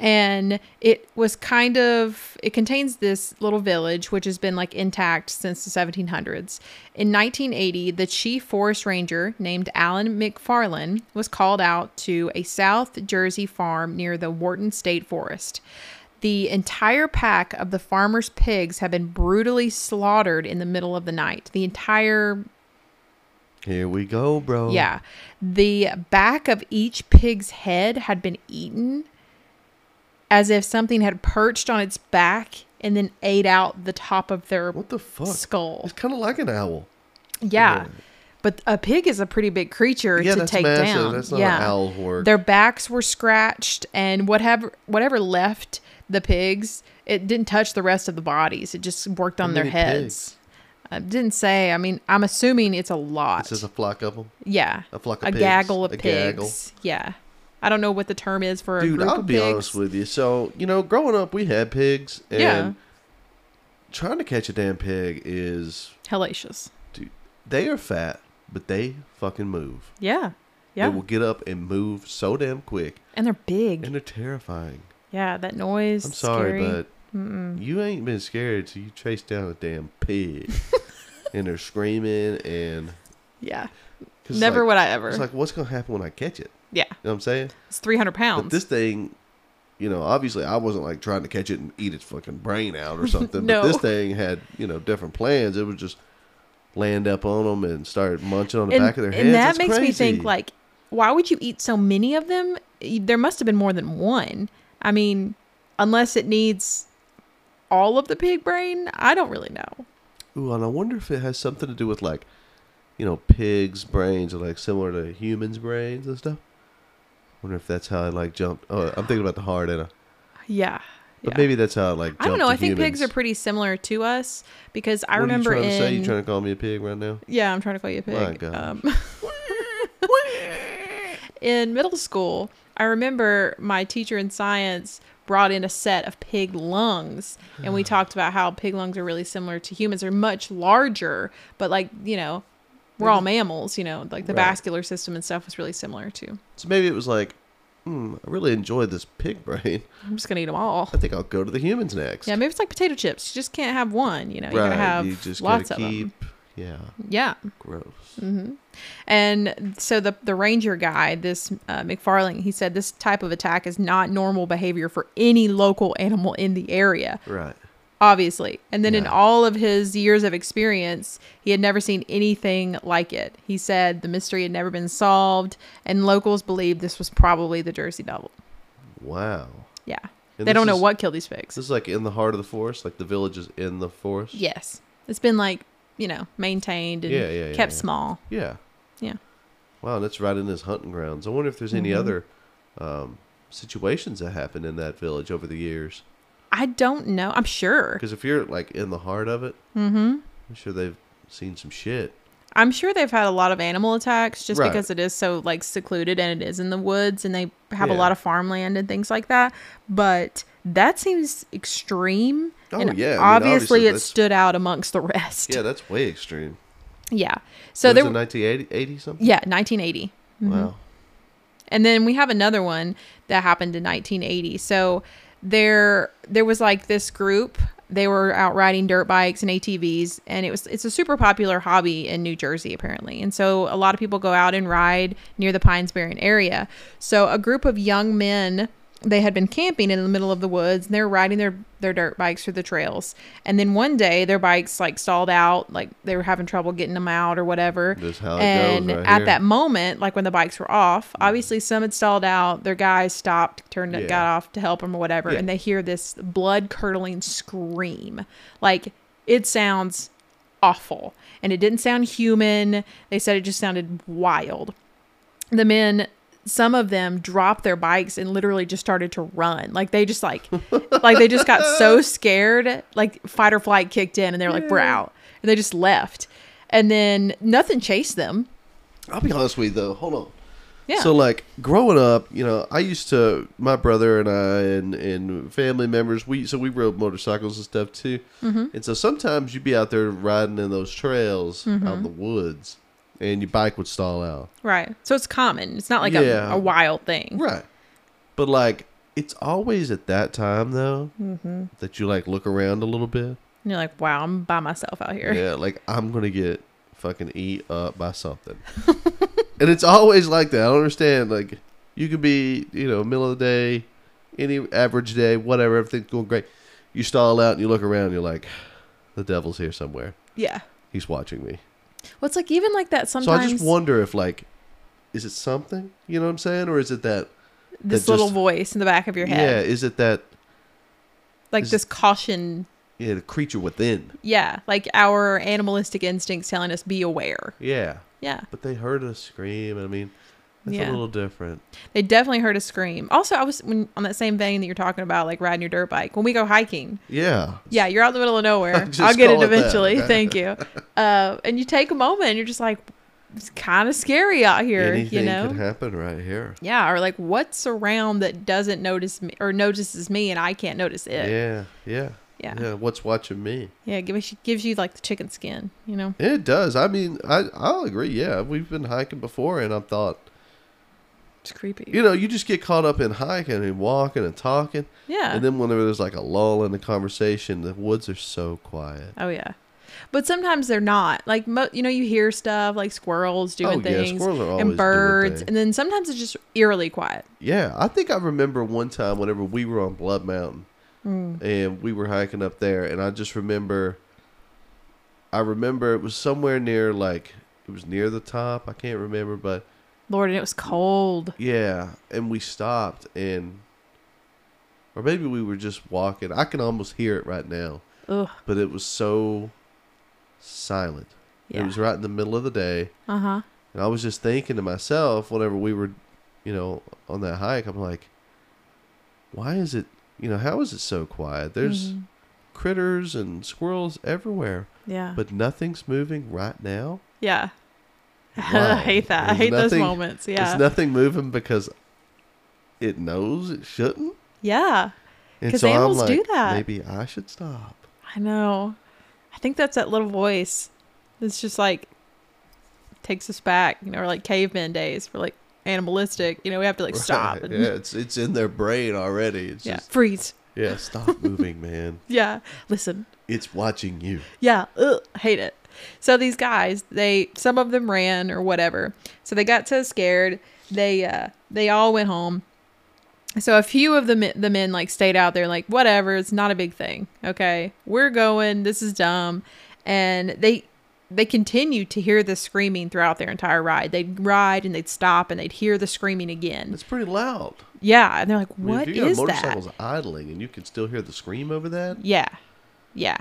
Speaker 1: and it was kind of it contains this little village which has been like intact since the 1700s in 1980 the chief forest ranger named alan mcfarlane was called out to a south jersey farm near the wharton state forest The entire pack of the farmer's pigs have been brutally slaughtered in the middle of the night. The entire
Speaker 2: Here we go, bro.
Speaker 1: yeah. The back of each pig's head had been eaten as if something had perched on its back and then ate out the top of their
Speaker 2: What the fuck?
Speaker 1: skull.
Speaker 2: It's kind of like an owl.
Speaker 1: Yeah. But a pig is a pretty big creature
Speaker 2: yeah,
Speaker 1: to
Speaker 2: that's
Speaker 1: take
Speaker 2: massive.
Speaker 1: down.
Speaker 2: That's not
Speaker 1: yeah.
Speaker 2: an owl's work.
Speaker 1: Their backs were scratched and whatever whatever left the pigs, it didn't touch the rest of the bodies. It just worked on their
Speaker 2: many
Speaker 1: heads. I didn't say. I mean, I'm assuming it's a lot.
Speaker 2: It's just a flock of them.
Speaker 1: yeah.
Speaker 2: A flock of
Speaker 1: A
Speaker 2: pigs.
Speaker 1: gaggle of
Speaker 2: a
Speaker 1: pigs.
Speaker 2: gaggle.
Speaker 1: Yeah. I don't know what the term is for a
Speaker 2: Dude,
Speaker 1: group
Speaker 2: I'll
Speaker 1: of
Speaker 2: be
Speaker 1: pigs.
Speaker 2: honest with you. So, you know, growing up, we had pigs, and
Speaker 1: Yeah.
Speaker 2: trying to catch a damn pig is
Speaker 1: Hellacious.
Speaker 2: they are fat, but they fucking move.
Speaker 1: Yeah. Yeah.
Speaker 2: They will get up and move so damn quick,
Speaker 1: and they're big.
Speaker 2: and they're terrifying.
Speaker 1: yeah, that noise.
Speaker 2: I'm sorry,
Speaker 1: scary.
Speaker 2: but you ain't been scared till you chase down a damn pig, and they're screaming and.
Speaker 1: Yeah.
Speaker 2: 'cause it's
Speaker 1: Never
Speaker 2: like-
Speaker 1: would I ever.
Speaker 2: It's like, what's gonna happen when I catch it?
Speaker 1: yeah.
Speaker 2: You know what I'm saying?
Speaker 1: It's 300 pounds.
Speaker 2: But this thing, you know, obviously I wasn't like trying to catch it and eat its fucking brain out or something.
Speaker 1: No.
Speaker 2: But this thing had, you know, different plans. It would just land up on them and start munching on the back of their heads.
Speaker 1: And that
Speaker 2: It's
Speaker 1: makes me
Speaker 2: crazy.
Speaker 1: think like, why would you eat so many of them? Y- There must have been more than one. I mean, unless it needs all of the pig brain, I don't really know.
Speaker 2: Ooh, and I wonder if it has something to do with like, you know, pigs' brains are like similar to humans' brains and stuff. Wonder if that's how I like jumped. Oh, I'm thinking about the hard anna.
Speaker 1: Yeah.
Speaker 2: But
Speaker 1: yeah.
Speaker 2: maybe that's how I like. Jumped
Speaker 1: I don't know.
Speaker 2: to
Speaker 1: I think pigs are
Speaker 2: humans.
Speaker 1: pretty similar to us because I
Speaker 2: What
Speaker 1: remember
Speaker 2: are you trying
Speaker 1: in
Speaker 2: to say? You trying to call me a pig right now?
Speaker 1: yeah, I'm trying to call you a pig. Um,
Speaker 2: My gosh.
Speaker 1: in middle school, I remember my teacher in science brought in a set of pig lungs, and we talked about how pig lungs are really similar to humans. They're much larger, but like you know, we're all mammals. You know, like the
Speaker 2: Right.
Speaker 1: vascular system and stuff was really similar too.
Speaker 2: So maybe it was like, hmm, I really enjoyed this pig brain.
Speaker 1: I'm just gonna eat them all.
Speaker 2: I think I'll go to the humans next.
Speaker 1: Yeah, maybe it's like potato chips. You just can't have one. You know, you gotta have
Speaker 2: gotta
Speaker 1: lots of them.
Speaker 2: Yeah,
Speaker 1: Yeah.
Speaker 2: gross.
Speaker 1: Mm-hmm. And so the the ranger guy, this uh, McFarling, he said this type of attack is not normal behavior for any local animal in the area,
Speaker 2: Right.
Speaker 1: obviously. And then in
Speaker 2: Yeah.
Speaker 1: all of his years of experience, he had never seen anything like it. He said the mystery had never been solved, and locals believed this was probably the Jersey Devil.
Speaker 2: Wow.
Speaker 1: Yeah,
Speaker 2: And
Speaker 1: they
Speaker 2: this
Speaker 1: don't know
Speaker 2: is-
Speaker 1: what killed these pigs.
Speaker 2: This is like in the heart of the forest, like the village is in the forest.
Speaker 1: yes, it's been like you know maintained and
Speaker 2: Yeah, yeah, yeah,
Speaker 1: kept
Speaker 2: yeah.
Speaker 1: small.
Speaker 2: Yeah.
Speaker 1: Yeah.
Speaker 2: Wow, and that's right in his hunting grounds. I wonder if there's any
Speaker 1: Mm-hmm.
Speaker 2: other um, situations that happened in that village over the years.
Speaker 1: I don't know. I'm sure.
Speaker 2: Because if you're like in the heart of it,
Speaker 1: Mm-hmm.
Speaker 2: I'm sure they've seen some shit.
Speaker 1: I'm sure they've had a lot of animal attacks just
Speaker 2: Right.
Speaker 1: because it is so like secluded and it is in the woods and they have a
Speaker 2: Yeah.
Speaker 1: lot of farmland and things like that. But that seems extreme.
Speaker 2: Oh,
Speaker 1: and
Speaker 2: yeah. I mean,
Speaker 1: obviously,
Speaker 2: obviously
Speaker 1: it
Speaker 2: that's-
Speaker 1: stood out amongst the rest.
Speaker 2: Yeah, that's way extreme.
Speaker 1: Yeah. So
Speaker 2: it was
Speaker 1: there.
Speaker 2: in 1980 something.
Speaker 1: yeah, Mm-hmm. 1980.
Speaker 2: Wow.
Speaker 1: And then we have another one that happened in 1980. So there there was like this group. They were out riding dirt bikes and ATVs and it was it's a super popular hobby in New Jersey apparently. And so a lot of people go out and ride near the Pines Barren area. So a group of young men they had been camping in the middle of the woods and they're riding their their dirt bikes through the trails. And then one day their bikes like stalled out, like they were having trouble getting them out or whatever.
Speaker 2: That's how it goes
Speaker 1: and
Speaker 2: right
Speaker 1: at
Speaker 2: here.
Speaker 1: that moment, like when the bikes were off, obviously some had stalled out, their guys stopped, turned
Speaker 2: Yeah.
Speaker 1: got off to help them or whatever,
Speaker 2: Yeah.
Speaker 1: and they hear this blood curdling scream. Like it sounds awful. And it didn't sound human. They said it just sounded wild. The men some of them dropped their bikes and literally just started to run. Like they just like like they just got so scared, like fight or flight kicked in and they were like, We're out. And they just left. And then nothing chased them.
Speaker 2: I'll be honest with you though. Hold on.
Speaker 1: Yeah.
Speaker 2: So like growing up, you know, I used to my brother and I and and family members we so we rode motorcycles and stuff too. Mm-hmm. And so sometimes you'd be out there riding in those trails out in the woods, and your bike would stall out.
Speaker 1: Right. So it's common. It's not like
Speaker 2: Yeah.
Speaker 1: a, a wild thing.
Speaker 2: Right. But like it's always at that time though that you like look around a little bit.
Speaker 1: And you're like, wow, I'm by myself out here.
Speaker 2: Yeah, like I'm gonna get fucking eat up by something. and it's always like that. I don't understand. Like you could be, you know, middle of the day any average day, whatever, everything's going great. You stall out and you look around, and you're like, the devil's here somewhere.
Speaker 1: Yeah.
Speaker 2: He's watching me.
Speaker 1: Well, it's like even like that
Speaker 2: So I
Speaker 1: sometimes.
Speaker 2: just wonder if like, is it something? You know what I'm saying, or is it that?
Speaker 1: this
Speaker 2: that
Speaker 1: little
Speaker 2: just-
Speaker 1: voice in the back of your
Speaker 2: Yeah,
Speaker 1: head,
Speaker 2: is it that?
Speaker 1: like
Speaker 2: is-
Speaker 1: this caution.
Speaker 2: Yeah, the creature within.
Speaker 1: Yeah, like our animalistic instincts telling us be aware.
Speaker 2: Yeah,
Speaker 1: Yeah,
Speaker 2: but they heard us scream. I mean, that's
Speaker 1: Yeah.
Speaker 2: a little different.
Speaker 1: they definitely heard a scream. Also, I was when, on that same vein that you're talking about, like riding your dirt bike. When we go hiking,
Speaker 2: Yeah,
Speaker 1: yeah, you're out in the middle of nowhere.
Speaker 2: Just
Speaker 1: I'll get
Speaker 2: call
Speaker 1: it
Speaker 2: it that,
Speaker 1: eventually.
Speaker 2: okay?
Speaker 1: Thank you. Uh, and you take a moment, and you're just like, it's kind of scary out here,
Speaker 2: anything
Speaker 1: you know.
Speaker 2: could happen right here.
Speaker 1: Yeah, or like what's around that doesn't notice me or notices me and I can't notice it. Yeah.
Speaker 2: Yeah, yeah,
Speaker 1: Yeah,
Speaker 2: yeah. What's watching me?
Speaker 1: it gives you, gives you like the chicken skin, you know?
Speaker 2: It does. I mean, I I'll agree. Yeah, we've been hiking before, and I've thought,
Speaker 1: It's creepy.
Speaker 2: you know, you just get caught up in hiking and walking and talking,
Speaker 1: yeah.
Speaker 2: and then whenever there's like a lull in the conversation, the woods are so quiet.
Speaker 1: oh, yeah. But sometimes they're not. Like, mo- you know, you hear stuff like squirrels doing things
Speaker 2: Oh, squirrels are always
Speaker 1: and
Speaker 2: doing
Speaker 1: birds.
Speaker 2: things.
Speaker 1: And then sometimes it's just eerily quiet.
Speaker 2: Yeah, I think I remember one time whenever we were on Blood Mountain
Speaker 1: Mm.
Speaker 2: and we were hiking up there, and I just remember, I remember it was somewhere near like it was near the top. I can't remember, but
Speaker 1: Lord, and it was cold.
Speaker 2: yeah, and we stopped and. Or maybe we were just walking. I can almost hear it right now,
Speaker 1: Ugh.
Speaker 2: but it was so silent. It
Speaker 1: Yeah.
Speaker 2: was right in the middle of the day.
Speaker 1: Uh huh.
Speaker 2: And I was just thinking to myself, whenever we were, you know, on that hike, I'm like, why is it, you know, how is it so quiet? There's
Speaker 1: Mhm.
Speaker 2: critters and squirrels everywhere,
Speaker 1: Yeah.
Speaker 2: but nothing's moving right now.
Speaker 1: yeah. I
Speaker 2: Wow.
Speaker 1: hate that. I
Speaker 2: There's
Speaker 1: hate those
Speaker 2: nothing-
Speaker 1: moments. Yeah.
Speaker 2: Is nothing moving because it knows it shouldn't?
Speaker 1: yeah.
Speaker 2: And
Speaker 1: 'Cause animals do that.
Speaker 2: maybe I should stop.
Speaker 1: I know. I think that's that little voice. It's just like takes us back, you know, or like caveman days. We're like animalistic, you know. We have to like stop
Speaker 2: Right.
Speaker 1: and
Speaker 2: Yeah, it's it's in their brain already. It's
Speaker 1: yeah,
Speaker 2: just
Speaker 1: freeze.
Speaker 2: yeah, stop moving, man.
Speaker 1: Yeah, listen.
Speaker 2: It's watching you.
Speaker 1: Yeah, ugh, hate it. So these guys, they some of them ran or whatever. So they got so scared, they uh they all went home. So a few of the men, the men like stayed out there like whatever, it's not a big thing. Okay. We're going. This is dumb. And they they continued to hear the screaming throughout their entire ride. They'd ride and they'd stop and they'd hear the screaming again.
Speaker 2: It's pretty loud.
Speaker 1: Yeah, and they're like,
Speaker 2: I mean,
Speaker 1: "What
Speaker 2: if you got
Speaker 1: is that?"
Speaker 2: motorcycles idling and you can still hear the scream over that, uh,
Speaker 1: Yeah. Yeah.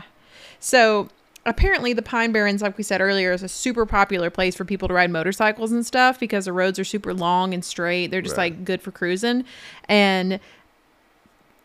Speaker 1: So apparently the Pine Barrens, like we said earlier, is a super popular place for people to ride motorcycles and stuff because the roads are super long and straight. They're just
Speaker 2: Right.
Speaker 1: like good for cruising. And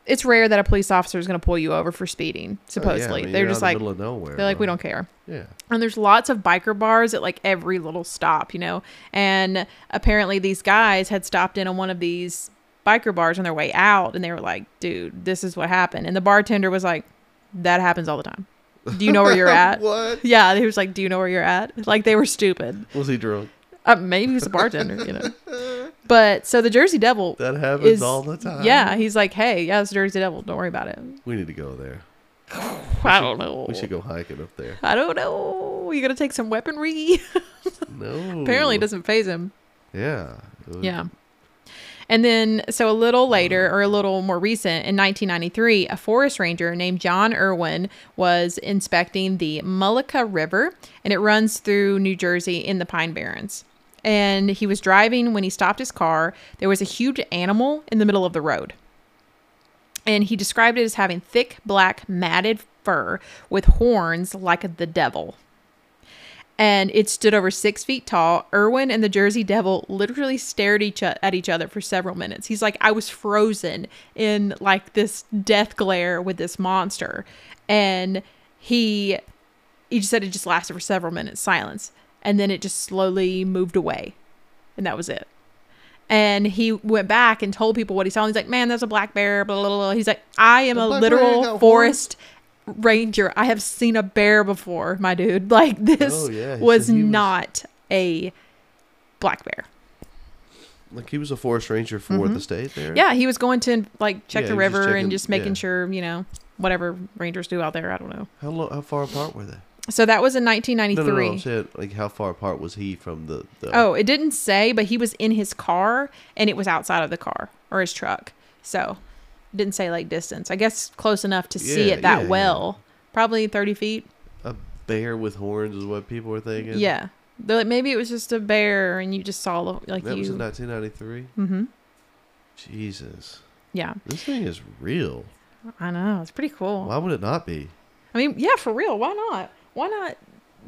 Speaker 1: it's rare that a police officer is going to pull you over for speeding, supposedly.
Speaker 2: Oh, yeah, I mean,
Speaker 1: they're
Speaker 2: you're out in
Speaker 1: just
Speaker 2: the
Speaker 1: like,
Speaker 2: middle of nowhere,
Speaker 1: they're like, we
Speaker 2: bro.
Speaker 1: don't care.
Speaker 2: Yeah,
Speaker 1: And there's lots of biker bars at like every little stop, you know. And apparently these guys had stopped in on one of these biker bars on their way out and they were like, dude, this is what happened. And the bartender was like, that happens all the time. Do you know where you're at?
Speaker 2: what
Speaker 1: yeah, he was like, do you know where you're at? Like they were stupid.
Speaker 2: was he drunk?
Speaker 1: Uh, maybe he's a bartender, you know. But so the Jersey Devil
Speaker 2: That happens
Speaker 1: is
Speaker 2: all the time.
Speaker 1: Yeah, he's like, hey, yeah, it's the Jersey Devil. Don't worry about it.
Speaker 2: we need to go there.
Speaker 1: I don't know.
Speaker 2: We should go hiking up there.
Speaker 1: I don't know. You gonna take some weaponry?
Speaker 2: No,
Speaker 1: Apparently, it doesn't phase him.
Speaker 2: Yeah, It was-
Speaker 1: Yeah. And then, so a little later, or a little more recent, in 1993, a forest ranger named John Irwin was inspecting the Mullica River, and it runs through New Jersey in the Pine Barrens. And he was driving when he stopped his car. There was a huge animal in the middle of the road. And he described it as having thick, black, matted fur with horns like the devil and it stood over six feet tall. Irwin and the Jersey Devil literally stared each o- at each other for several minutes. He's like, I was frozen in like this death glare with this monster, and he he just said it just lasted for several minutes silence, and then it just slowly moved away, and that was it. And he went back and told people what he saw. And he's like, "Man, that's a black bear." Blah blah blah. blah. He's like, "I am
Speaker 2: A
Speaker 1: a
Speaker 2: black bear ain't
Speaker 1: literal
Speaker 2: got
Speaker 1: forest ranger. I have seen a bear before, my dude. Like this
Speaker 2: Oh, yeah, he
Speaker 1: was
Speaker 2: said he was-
Speaker 1: not a black bear.
Speaker 2: like he was a forest ranger for
Speaker 1: Mm-hmm.
Speaker 2: the state there.
Speaker 1: Yeah, he was going to like check
Speaker 2: Yeah,
Speaker 1: the
Speaker 2: he was just
Speaker 1: river and
Speaker 2: checking-
Speaker 1: just making
Speaker 2: yeah.
Speaker 1: sure you know whatever rangers do out there. I don't know.
Speaker 2: How lo- how far apart were they?
Speaker 1: So that was in
Speaker 2: No,
Speaker 1: 1993.
Speaker 2: no, no. I'm saying like how far apart was he from the? the
Speaker 1: Oh, it didn't say, but he was in his car and it was outside of the car or his truck. So didn't say like distance. I guess close enough to see
Speaker 2: Yeah,
Speaker 1: it that
Speaker 2: yeah, yeah.
Speaker 1: well. Probably 30 feet.
Speaker 2: A bear with horns is what people were
Speaker 1: Yeah.
Speaker 2: thinking.
Speaker 1: They're like maybe it was just a bear and you just saw the- like
Speaker 2: that
Speaker 1: you
Speaker 2: was in 1993.
Speaker 1: Mhm.
Speaker 2: Jesus,
Speaker 1: Yeah.
Speaker 2: this thing is real.
Speaker 1: I know. It's pretty cool.
Speaker 2: Why would it not be?
Speaker 1: I mean, yeah, for real. Why not? Why not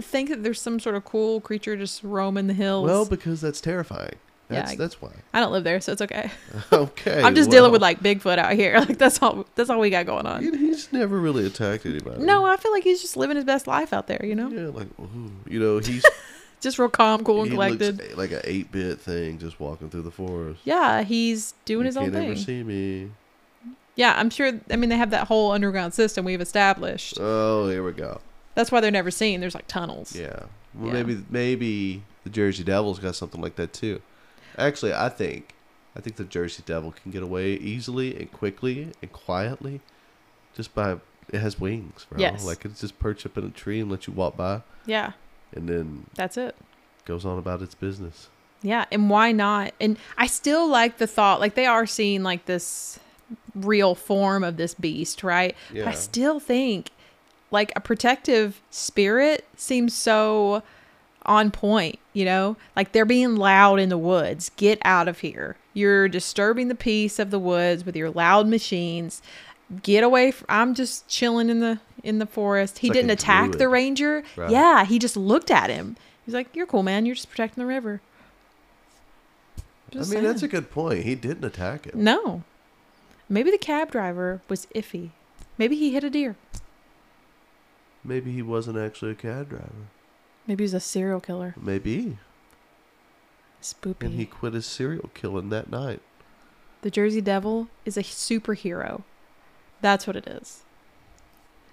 Speaker 1: think that there's some sort of cool creature just roaming the hills?
Speaker 2: Well, because that's terrifying.
Speaker 1: Yeah,
Speaker 2: That's
Speaker 1: I-
Speaker 2: that's why.
Speaker 1: I don't live there, so it's okay.
Speaker 2: okay.
Speaker 1: I'm just dealing with
Speaker 2: well,
Speaker 1: like Bigfoot out here. Like that's all that's all we got going on.
Speaker 2: and he's never really attacked anybody.
Speaker 1: No, I feel like he's just living his best life out there, you know?
Speaker 2: Yeah, like ooh, you know, he's
Speaker 1: Just real calm, cool, and
Speaker 2: he
Speaker 1: collected.
Speaker 2: looks like an eight bit thing just walking through the forest.
Speaker 1: yeah, he's doing
Speaker 2: you
Speaker 1: his own
Speaker 2: can't
Speaker 1: thing.
Speaker 2: ever see me.
Speaker 1: Yeah, I'm sure I mean they have that whole underground system we've established.
Speaker 2: Oh, here we go.
Speaker 1: That's why they're never seen. There's like tunnels.
Speaker 2: Yeah. Well,
Speaker 1: Yeah.
Speaker 2: maybe maybe the Jersey Devils got something like that too. Actually, I think I think the Jersey Devil can get away easily and quickly and quietly, just by it has wings, bro.
Speaker 1: Yes.
Speaker 2: Like it's just perched up in a tree and let you walk by,
Speaker 1: Yeah,
Speaker 2: and then
Speaker 1: that's it.
Speaker 2: goes on about its business.
Speaker 1: Yeah, and why not? And I still like the thought, like they are seeing like this real form of this beast, right? But
Speaker 2: Yeah.
Speaker 1: I still think like a protective spirit seems so on point, you know? Like they're being loud in the woods. Get out of here. You're disturbing the peace of the woods with your loud machines. Get away. From, I'm just chilling in the in the forest. He
Speaker 2: like a
Speaker 1: didn't attack the
Speaker 2: druid.
Speaker 1: ranger.
Speaker 2: Right.
Speaker 1: Yeah, he just looked at him. He's like, "You're cool, man. You're just protecting the river." Just
Speaker 2: I mean, that's a
Speaker 1: saying.
Speaker 2: good point. He didn't attack it.
Speaker 1: no. Maybe the cab driver was iffy. Maybe he hit a deer.
Speaker 2: Maybe he wasn't actually a cab driver.
Speaker 1: Maybe he's a serial killer.
Speaker 2: Maybe.
Speaker 1: Spoopy.
Speaker 2: And he quit his serial killing that night.
Speaker 1: The Jersey Devil is a superhero. That's what it is.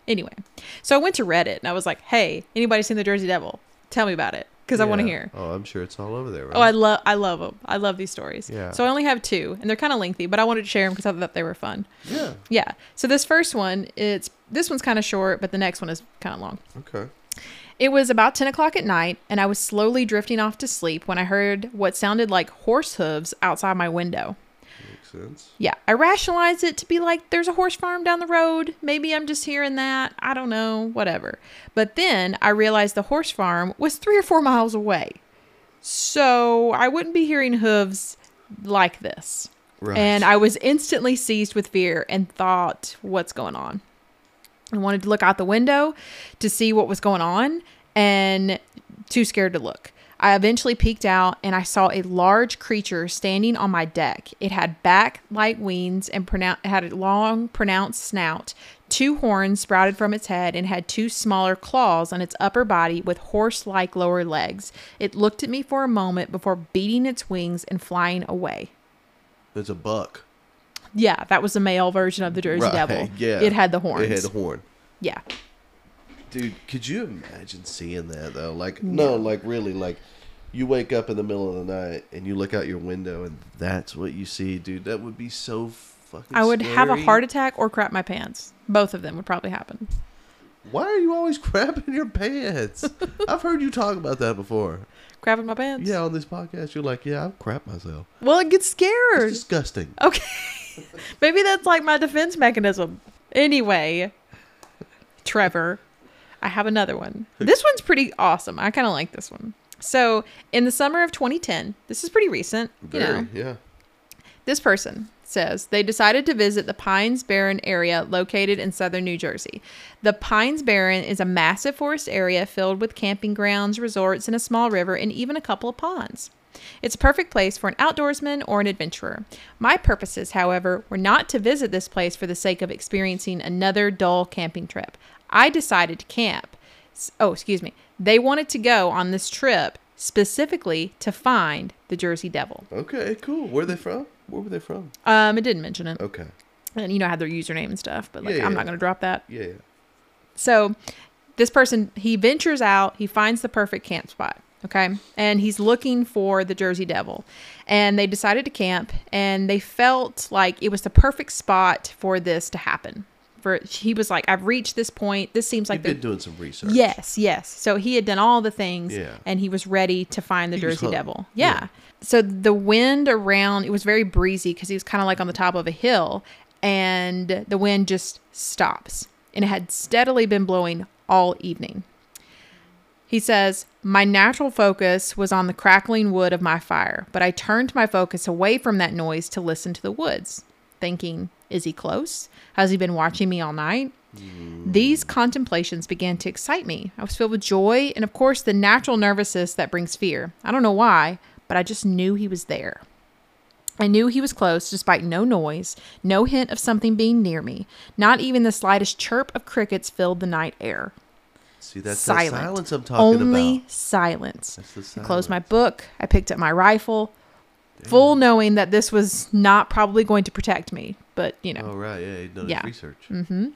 Speaker 1: Anyway, so I went to Reddit and I was like, "Hey, anybody seen the Jersey Devil? Tell me about it because I want to
Speaker 2: Yeah.
Speaker 1: hear."
Speaker 2: Oh, I'm sure it's all over there. Right?
Speaker 1: Oh, I love I love them. I love these stories.
Speaker 2: Yeah.
Speaker 1: So I only have two, and they're kind of lengthy, but I wanted to share them because I thought they were fun.
Speaker 2: yeah.
Speaker 1: Yeah. So this first one, it's this one's kind of short, but the next one is kind of long.
Speaker 2: Okay.
Speaker 1: It was about 10 o'clock at night, and I was slowly drifting off to sleep when I heard what sounded like horse hooves outside my window.
Speaker 2: Makes sense.
Speaker 1: Yeah, I rationalized it to be like, there's a horse farm down the road. Maybe I'm just hearing that. I don't know, whatever. But then I realized the horse farm was three or four miles away. So I wouldn't be hearing hooves like this.
Speaker 2: Right.
Speaker 1: And I was instantly seized with fear and thought, what's going on? I wanted to look out the window to see what was going on and too scared to look. I eventually peeked out and I saw a large creature standing on my deck. It had back like wings and pronoun- had a long, pronounced snout. Two horns sprouted from its head and had two smaller claws on its upper body with horse like lower legs. It looked at me for a moment before beating its wings and flying away.
Speaker 2: it's a buck.
Speaker 1: Yeah, that was the male version of the Jersey
Speaker 2: Right,
Speaker 1: Devil.
Speaker 2: Yeah.
Speaker 1: It had the horns.
Speaker 2: It had the horn.
Speaker 1: yeah.
Speaker 2: Dude, could you imagine seeing that though? Like, no, like really, like you wake up in the middle of the night and you look out your window and that's what you see, dude. That would be so fucking.
Speaker 1: I would have a
Speaker 2: scary.
Speaker 1: heart attack or crap my pants. Both of them would probably happen.
Speaker 2: Why are you always crapping your pants? I've heard you talk about that before.
Speaker 1: Crapping my pants?
Speaker 2: Yeah, on this podcast, you're like, yeah, I've crapped myself.
Speaker 1: Well, it gets scared.
Speaker 2: It's disgusting.
Speaker 1: Okay. Maybe that's like my defense mechanism. Anyway, Trevor, I have another one. This one's pretty awesome. I kind of like this one. So, in the summer of 2010, this is pretty recent. You know,
Speaker 2: Very, yeah.
Speaker 1: This person says they decided to visit the Pines Barren area located in southern New Jersey. The Pines Barren is a massive forest area filled with camping grounds, resorts, and a small river, and even a couple of ponds. It's a perfect place for an outdoorsman or an adventurer. My purposes, however, were not to visit this place for the sake of experiencing another dull camping trip. I decided to camp. S- Oh, excuse me. They wanted to go on this trip specifically to find the Jersey Devil.
Speaker 2: Okay, cool. Where are they from? Where were they from?
Speaker 1: Um, it didn't mention it
Speaker 2: Okay.
Speaker 1: and you know I had their username and stuff but like
Speaker 2: Yeah,
Speaker 1: i'm
Speaker 2: yeah.
Speaker 1: not going to drop that
Speaker 2: Yeah.
Speaker 1: so this person he ventures out he finds the perfect camp spot okay and he's looking for the jersey devil and they decided to camp and they felt like it was the perfect spot for this to happen for he was like i've reached this point this seems like
Speaker 2: You've been
Speaker 1: the
Speaker 2: doing some research.
Speaker 1: Yes, yes. So he had done all the things
Speaker 2: Yeah.
Speaker 1: and he was ready to find the
Speaker 2: He was
Speaker 1: Jersey
Speaker 2: hung.
Speaker 1: Devil.
Speaker 2: Yeah.
Speaker 1: Yeah. So the wind around, it was very breezy because he was kind of like on the top of a hill. and the wind just stops. And it had steadily been blowing all evening. He says, My natural focus was on the crackling wood of my fire, but I turned my focus away from that noise to listen to the woods, thinking, Is he close? Has he been watching me all night? These contemplations began to excite me. I was filled with joy and, of course, the natural nervousness that brings fear. I don't know why, but I just knew he was there. I knew he was close despite no noise, no hint of something being near me. Not even the slightest chirp of crickets filled the night air.
Speaker 2: See, that's
Speaker 1: silent.
Speaker 2: that silence I'm talking
Speaker 1: Only
Speaker 2: about.
Speaker 1: silence.
Speaker 2: That's the
Speaker 1: I closed my
Speaker 2: silence.
Speaker 1: book. I picked up my rifle, full knowing that this was not probably going to protect me, but you know.
Speaker 2: All right, yeah, you've done
Speaker 1: Yeah. Mm.
Speaker 2: his research.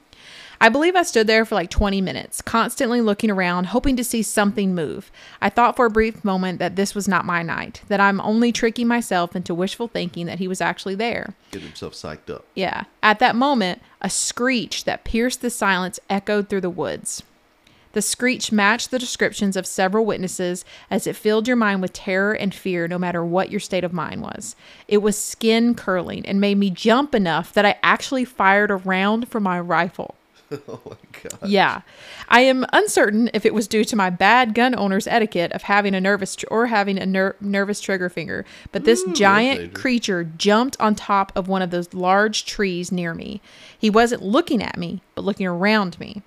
Speaker 1: I believe I stood there for like 20 minutes, constantly looking around, hoping to see something move. I thought for a brief moment that this was not my night, that I'm only tricking myself into wishful thinking that he was actually there.
Speaker 2: Getting himself psyched up.
Speaker 1: Yeah. At that moment, a screech that pierced the silence echoed through the woods. The screech matched the descriptions of several witnesses as it filled your mind with terror and fear, no matter what your state of mind was. It was skin curling and made me jump enough that I actually fired a round from my rifle.
Speaker 2: oh my god.
Speaker 1: Yeah. I am uncertain if it was due to my bad gun owner's etiquette of having a nervous tr- or having a ner- nervous trigger finger, but this giant
Speaker 2: dangerous.
Speaker 1: creature jumped on top of one of those large trees near me. He wasn't looking at me, but looking around me.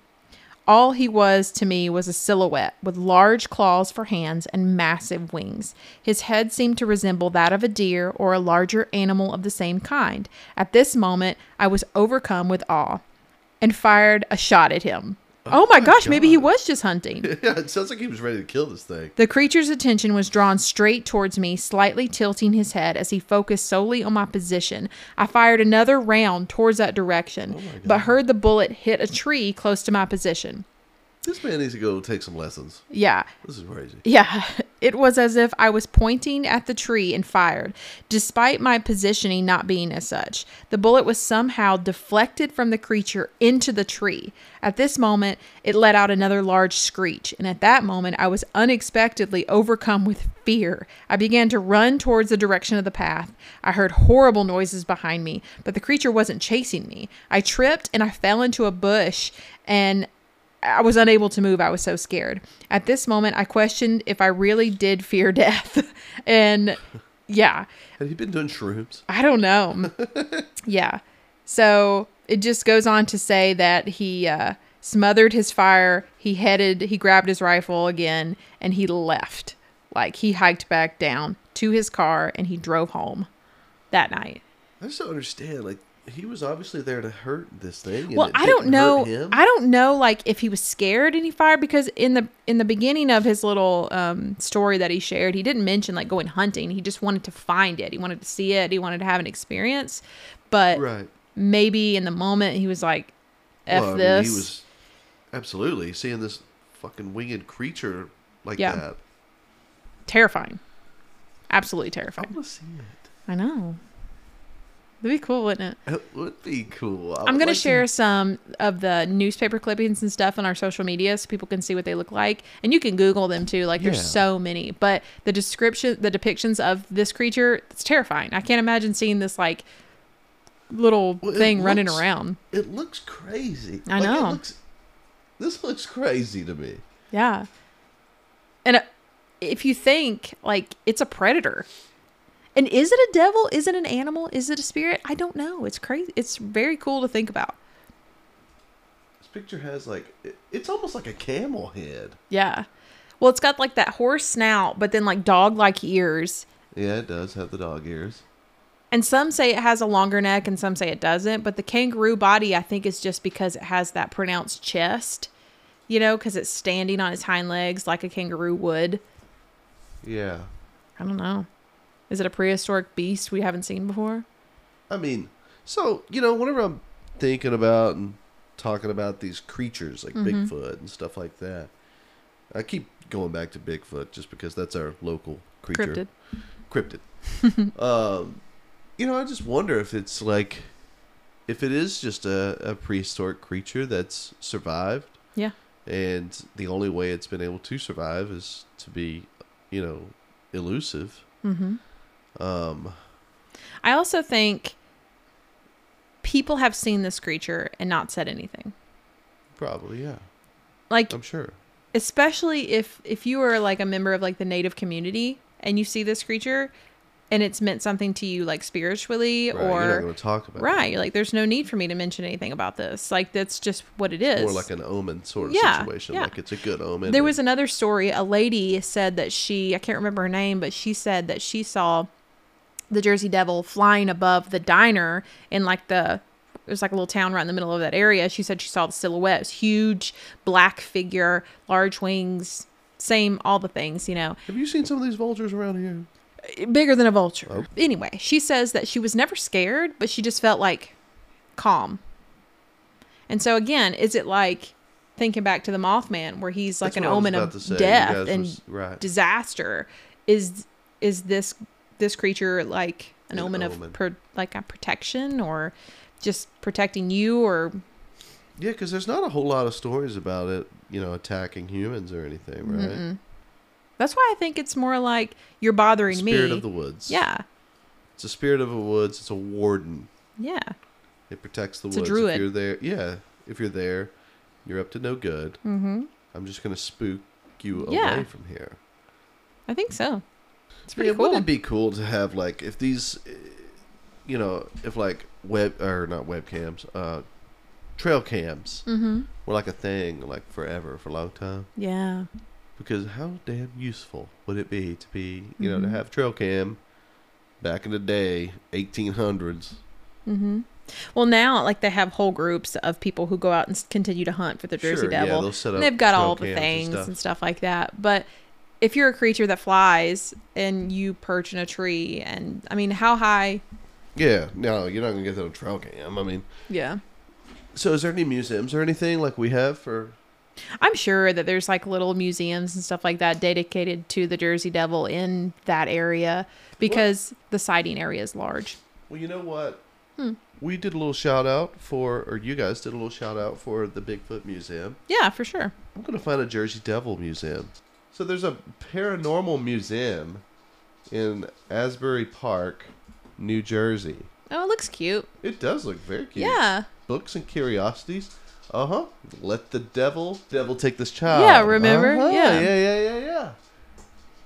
Speaker 1: All he was to me was a silhouette with large claws for hands and massive wings. His head seemed to resemble that of a deer or a larger animal of the same kind. At this moment, I was overcome with awe and fired a shot at him. Oh, my
Speaker 2: my
Speaker 1: gosh, maybe he
Speaker 2: God.
Speaker 1: was just hunting.
Speaker 2: Yeah, it sounds like he was ready to kill this thing.
Speaker 1: The creature's attention was drawn straight towards me, slightly tilting his head as he focused solely on my position. I fired another round towards that direction, but heard the bullet hit a tree close to my position.
Speaker 2: This man needs to go take some lessons.
Speaker 1: Yeah,
Speaker 2: This is crazy.
Speaker 1: yeah, it was as if I was pointing at the tree and fired, despite my positioning not being as such. The bullet was somehow deflected from the creature into the tree. At this moment, it let out another large screech, and at that moment, I was unexpectedly overcome with fear. I began to run towards the direction of the path. I heard horrible noises behind me, but the creature wasn't chasing me. I tripped and I fell into a bush, and I was unable to move. I was so scared. At this moment, I questioned if I really did fear death. and yeah,
Speaker 2: Had he been doing shrooms?
Speaker 1: I don't know. yeah. So it just goes on to say that he uh, smothered his fire, he headed, he grabbed his rifle again, and he left. Like he hiked back down to his car and he drove home that night.
Speaker 2: I just don't understand. Like he was obviously there to hurt this thing. and
Speaker 1: well
Speaker 2: it
Speaker 1: i don't
Speaker 2: didn't
Speaker 1: know
Speaker 2: hurt him.
Speaker 1: i don't know like if he was scared and he fired because in the in the beginning of his little um story that he shared he didn't mention like going hunting he just wanted to find it he wanted to see it he wanted to have an experience but
Speaker 2: Right.
Speaker 1: maybe in the moment he was like f
Speaker 2: Well, I mean,
Speaker 1: this
Speaker 2: he was absolutely seeing this fucking winged creature like
Speaker 1: Yeah.
Speaker 2: that.
Speaker 1: terrifying absolutely
Speaker 2: I
Speaker 1: terrifying
Speaker 2: want to see it.
Speaker 1: i know that'd be cool wouldn't it
Speaker 2: It would be cool. I would
Speaker 1: I'm going to
Speaker 2: like
Speaker 1: share some of the newspaper clippings and stuff on our social media so people can see what they look like. And you can Google them too. Like
Speaker 2: Yeah.
Speaker 1: there's so many. But the description, the depictions of this creature, it's terrifying. I can't imagine seeing this like little
Speaker 2: Well, it
Speaker 1: thing running
Speaker 2: looks-
Speaker 1: around.
Speaker 2: It looks crazy.
Speaker 1: I
Speaker 2: it
Speaker 1: know.
Speaker 2: looks- this looks crazy to me.
Speaker 1: Yeah. And uh, if you think like it's a predator. And is it a devil? Is it an animal? Is it a spirit? I don't know. It's crazy. It's very cool to think about.
Speaker 2: This picture has like it- it's almost like a camel head.
Speaker 1: Yeah. Well, it's got like that horse snout, but then like dog like ears.
Speaker 2: Yeah, it does have the dog ears.
Speaker 1: And some say it has a longer neck and some say it doesn't. But the kangaroo body, I think, is just because it has that pronounced chest, you know, because it's standing on its hind legs like a kangaroo would.
Speaker 2: Yeah.
Speaker 1: I don't know. Is it a prehistoric beast we haven't seen before?
Speaker 2: I mean, so you know, whenever I'm thinking about and talking about these creatures like
Speaker 1: Mm-hmm.
Speaker 2: Bigfoot and stuff like that, I keep going back to Bigfoot just because that's our local creature,
Speaker 1: Cryptid.
Speaker 2: cryptid. um, you know, I just wonder if it's like if it is just a, a prehistoric creature that's survived,
Speaker 1: Yeah.
Speaker 2: and the only way it's been able to survive is to be, you know,
Speaker 1: Mm-hmm.
Speaker 2: elusive.
Speaker 1: Mm hmm.
Speaker 2: Um,
Speaker 1: I also think people have seen this creature and not said anything.
Speaker 2: Probably, yeah.
Speaker 1: Like
Speaker 2: I'm sure.
Speaker 1: especially if if you are like a member of like the native community and you see this creature and it's meant something to you like spiritually
Speaker 2: Right. You're not
Speaker 1: or
Speaker 2: going to talk about
Speaker 1: right, you're like there's no need for me to mention anything about this. Like that's just what it
Speaker 2: it.
Speaker 1: is.
Speaker 2: More like an omen sort of
Speaker 1: Yeah,
Speaker 2: situation.
Speaker 1: yeah.
Speaker 2: Like it's a good omen.
Speaker 1: There was another story. A lady said that she, I can't remember her name, but she said that she saw the Jersey Devil flying above the diner in like the, it was like a little town right in the middle of that area. She said she saw the silhouettes, huge black figure, large wings, same, all the things, you know,
Speaker 2: Have you seen some of these vultures around here?
Speaker 1: bigger than a vulture.
Speaker 2: Oh.
Speaker 1: Anyway, she says that she was never scared, but she just felt like calm. And so again, is it like thinking back to the Mothman, where he's like
Speaker 2: That's
Speaker 1: an
Speaker 2: what I was
Speaker 1: omen
Speaker 2: about to say.
Speaker 1: of
Speaker 2: You
Speaker 1: death
Speaker 2: guys
Speaker 1: and
Speaker 2: was- right.
Speaker 1: disaster is is this this creature like an,
Speaker 2: An
Speaker 1: omen,
Speaker 2: omen.
Speaker 1: of pro- like a protection or just protecting you or
Speaker 2: Yeah, because there's not a whole lot of stories about it, you know, attacking humans or anything, right?
Speaker 1: Mm-hmm. that's why i think it's more like you're bothering
Speaker 2: Spirit
Speaker 1: me
Speaker 2: of the woods.
Speaker 1: yeah
Speaker 2: It's a spirit of the woods. It's a warden.
Speaker 1: yeah
Speaker 2: It protects the
Speaker 1: It's a
Speaker 2: woods.
Speaker 1: druid.
Speaker 2: If you're there, yeah. If you're there, you're up to no good.
Speaker 1: mm-hmm
Speaker 2: I'm just gonna spook you
Speaker 1: Yeah.
Speaker 2: away from here.
Speaker 1: i think so it's pretty
Speaker 2: yeah,
Speaker 1: cool
Speaker 2: Wouldn't it be cool to have like if these, eh, you know, if like web or not webcams, uh, trail cams
Speaker 1: mm-hmm
Speaker 2: were like a thing like forever for a long time?
Speaker 1: yeah
Speaker 2: Because how damn useful would it be to be you know to
Speaker 1: Mhm.
Speaker 2: have trail cam back in the day, 1800s.
Speaker 1: mm-hmm well now like they have whole groups of people who go out and s- continue to hunt for the jersey devil
Speaker 2: they'll set
Speaker 1: And they've got
Speaker 2: trail
Speaker 1: all the
Speaker 2: cams and
Speaker 1: things and stuff.
Speaker 2: stuff.
Speaker 1: like that. But if you're a creature that flies and you perch in a tree, and I mean, how high?
Speaker 2: Yeah, no, you're not gonna get that on trail cam. I mean,
Speaker 1: Yeah,
Speaker 2: so is there any museums or anything like we have for?
Speaker 1: I'm sure that there's like little museums and stuff like that dedicated to the Jersey Devil in that area because the sighting area is large.
Speaker 2: Well, you know what?
Speaker 1: Hmm.
Speaker 2: We did a little shout out for, or you guys did a little shout out for the Bigfoot Museum.
Speaker 1: Yeah, for sure.
Speaker 2: I'm gonna find a Jersey Devil museum. So there's a paranormal museum in Asbury Park, New Jersey.
Speaker 1: Oh, it looks cute.
Speaker 2: It does look very cute.
Speaker 1: Yeah,
Speaker 2: Books and curiosities. Uh huh. Let the devil, devil take this child.
Speaker 1: Yeah, remember?
Speaker 2: Uh-huh.
Speaker 1: Yeah.
Speaker 2: Yeah. Yeah. Yeah. Yeah.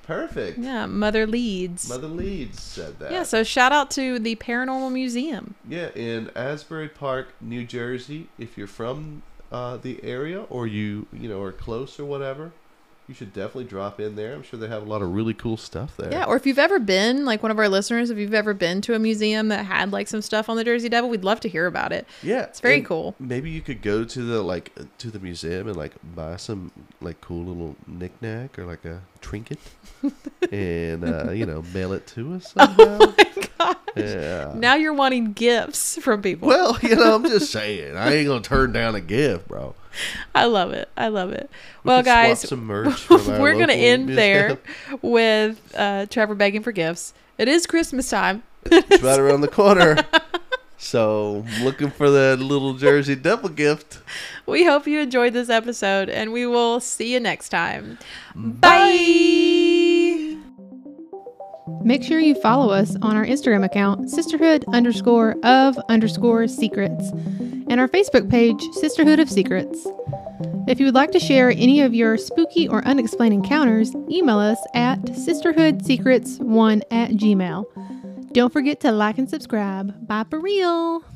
Speaker 2: Perfect.
Speaker 1: yeah. Mother leads.
Speaker 2: Mother Leeds said that.
Speaker 1: yeah, so shout out to the Paranormal Museum.
Speaker 2: Yeah, in Asbury Park, New Jersey. If you're from uh, the area or you you know are close or whatever, you should definitely drop in there. I'm sure they have a lot of really cool stuff there.
Speaker 1: Yeah, or if you've ever been, like one of our listeners, if you've ever been to a museum that had like some stuff on the Jersey Devil, we'd love to hear about it.
Speaker 2: yeah,
Speaker 1: It's very
Speaker 2: and
Speaker 1: cool.
Speaker 2: Maybe you could go to the like uh, to the museum and like buy some like cool little knickknack or like a trinket, and uh, you know mail it to us. Somehow.
Speaker 1: God.
Speaker 2: yeah.
Speaker 1: Oh Now you're wanting gifts from people.
Speaker 2: uh, Well, you know, I'm just saying, I ain't gonna turn down a gift, bro.
Speaker 1: I love it. I love it.
Speaker 2: We
Speaker 1: well,
Speaker 2: could swap
Speaker 1: guys,
Speaker 2: some merch from our
Speaker 1: we're going to
Speaker 2: local
Speaker 1: end
Speaker 2: museum.
Speaker 1: there with uh, Trevor begging for gifts. It is Christmas time.
Speaker 2: It's right around the corner. So looking for that little Jersey Devil gift.
Speaker 1: We hope you enjoyed this episode, and we will see you next time. Bye.
Speaker 3: Make sure you follow us on our Instagram account, sisterhood underscore of underscore secrets, and our Facebook page, Sisterhood of Secrets. If you would like to share any of your spooky or unexplained encounters, email us at sisterhoodsecrets1 at gmail. Don't forget to like and subscribe. Bye for real.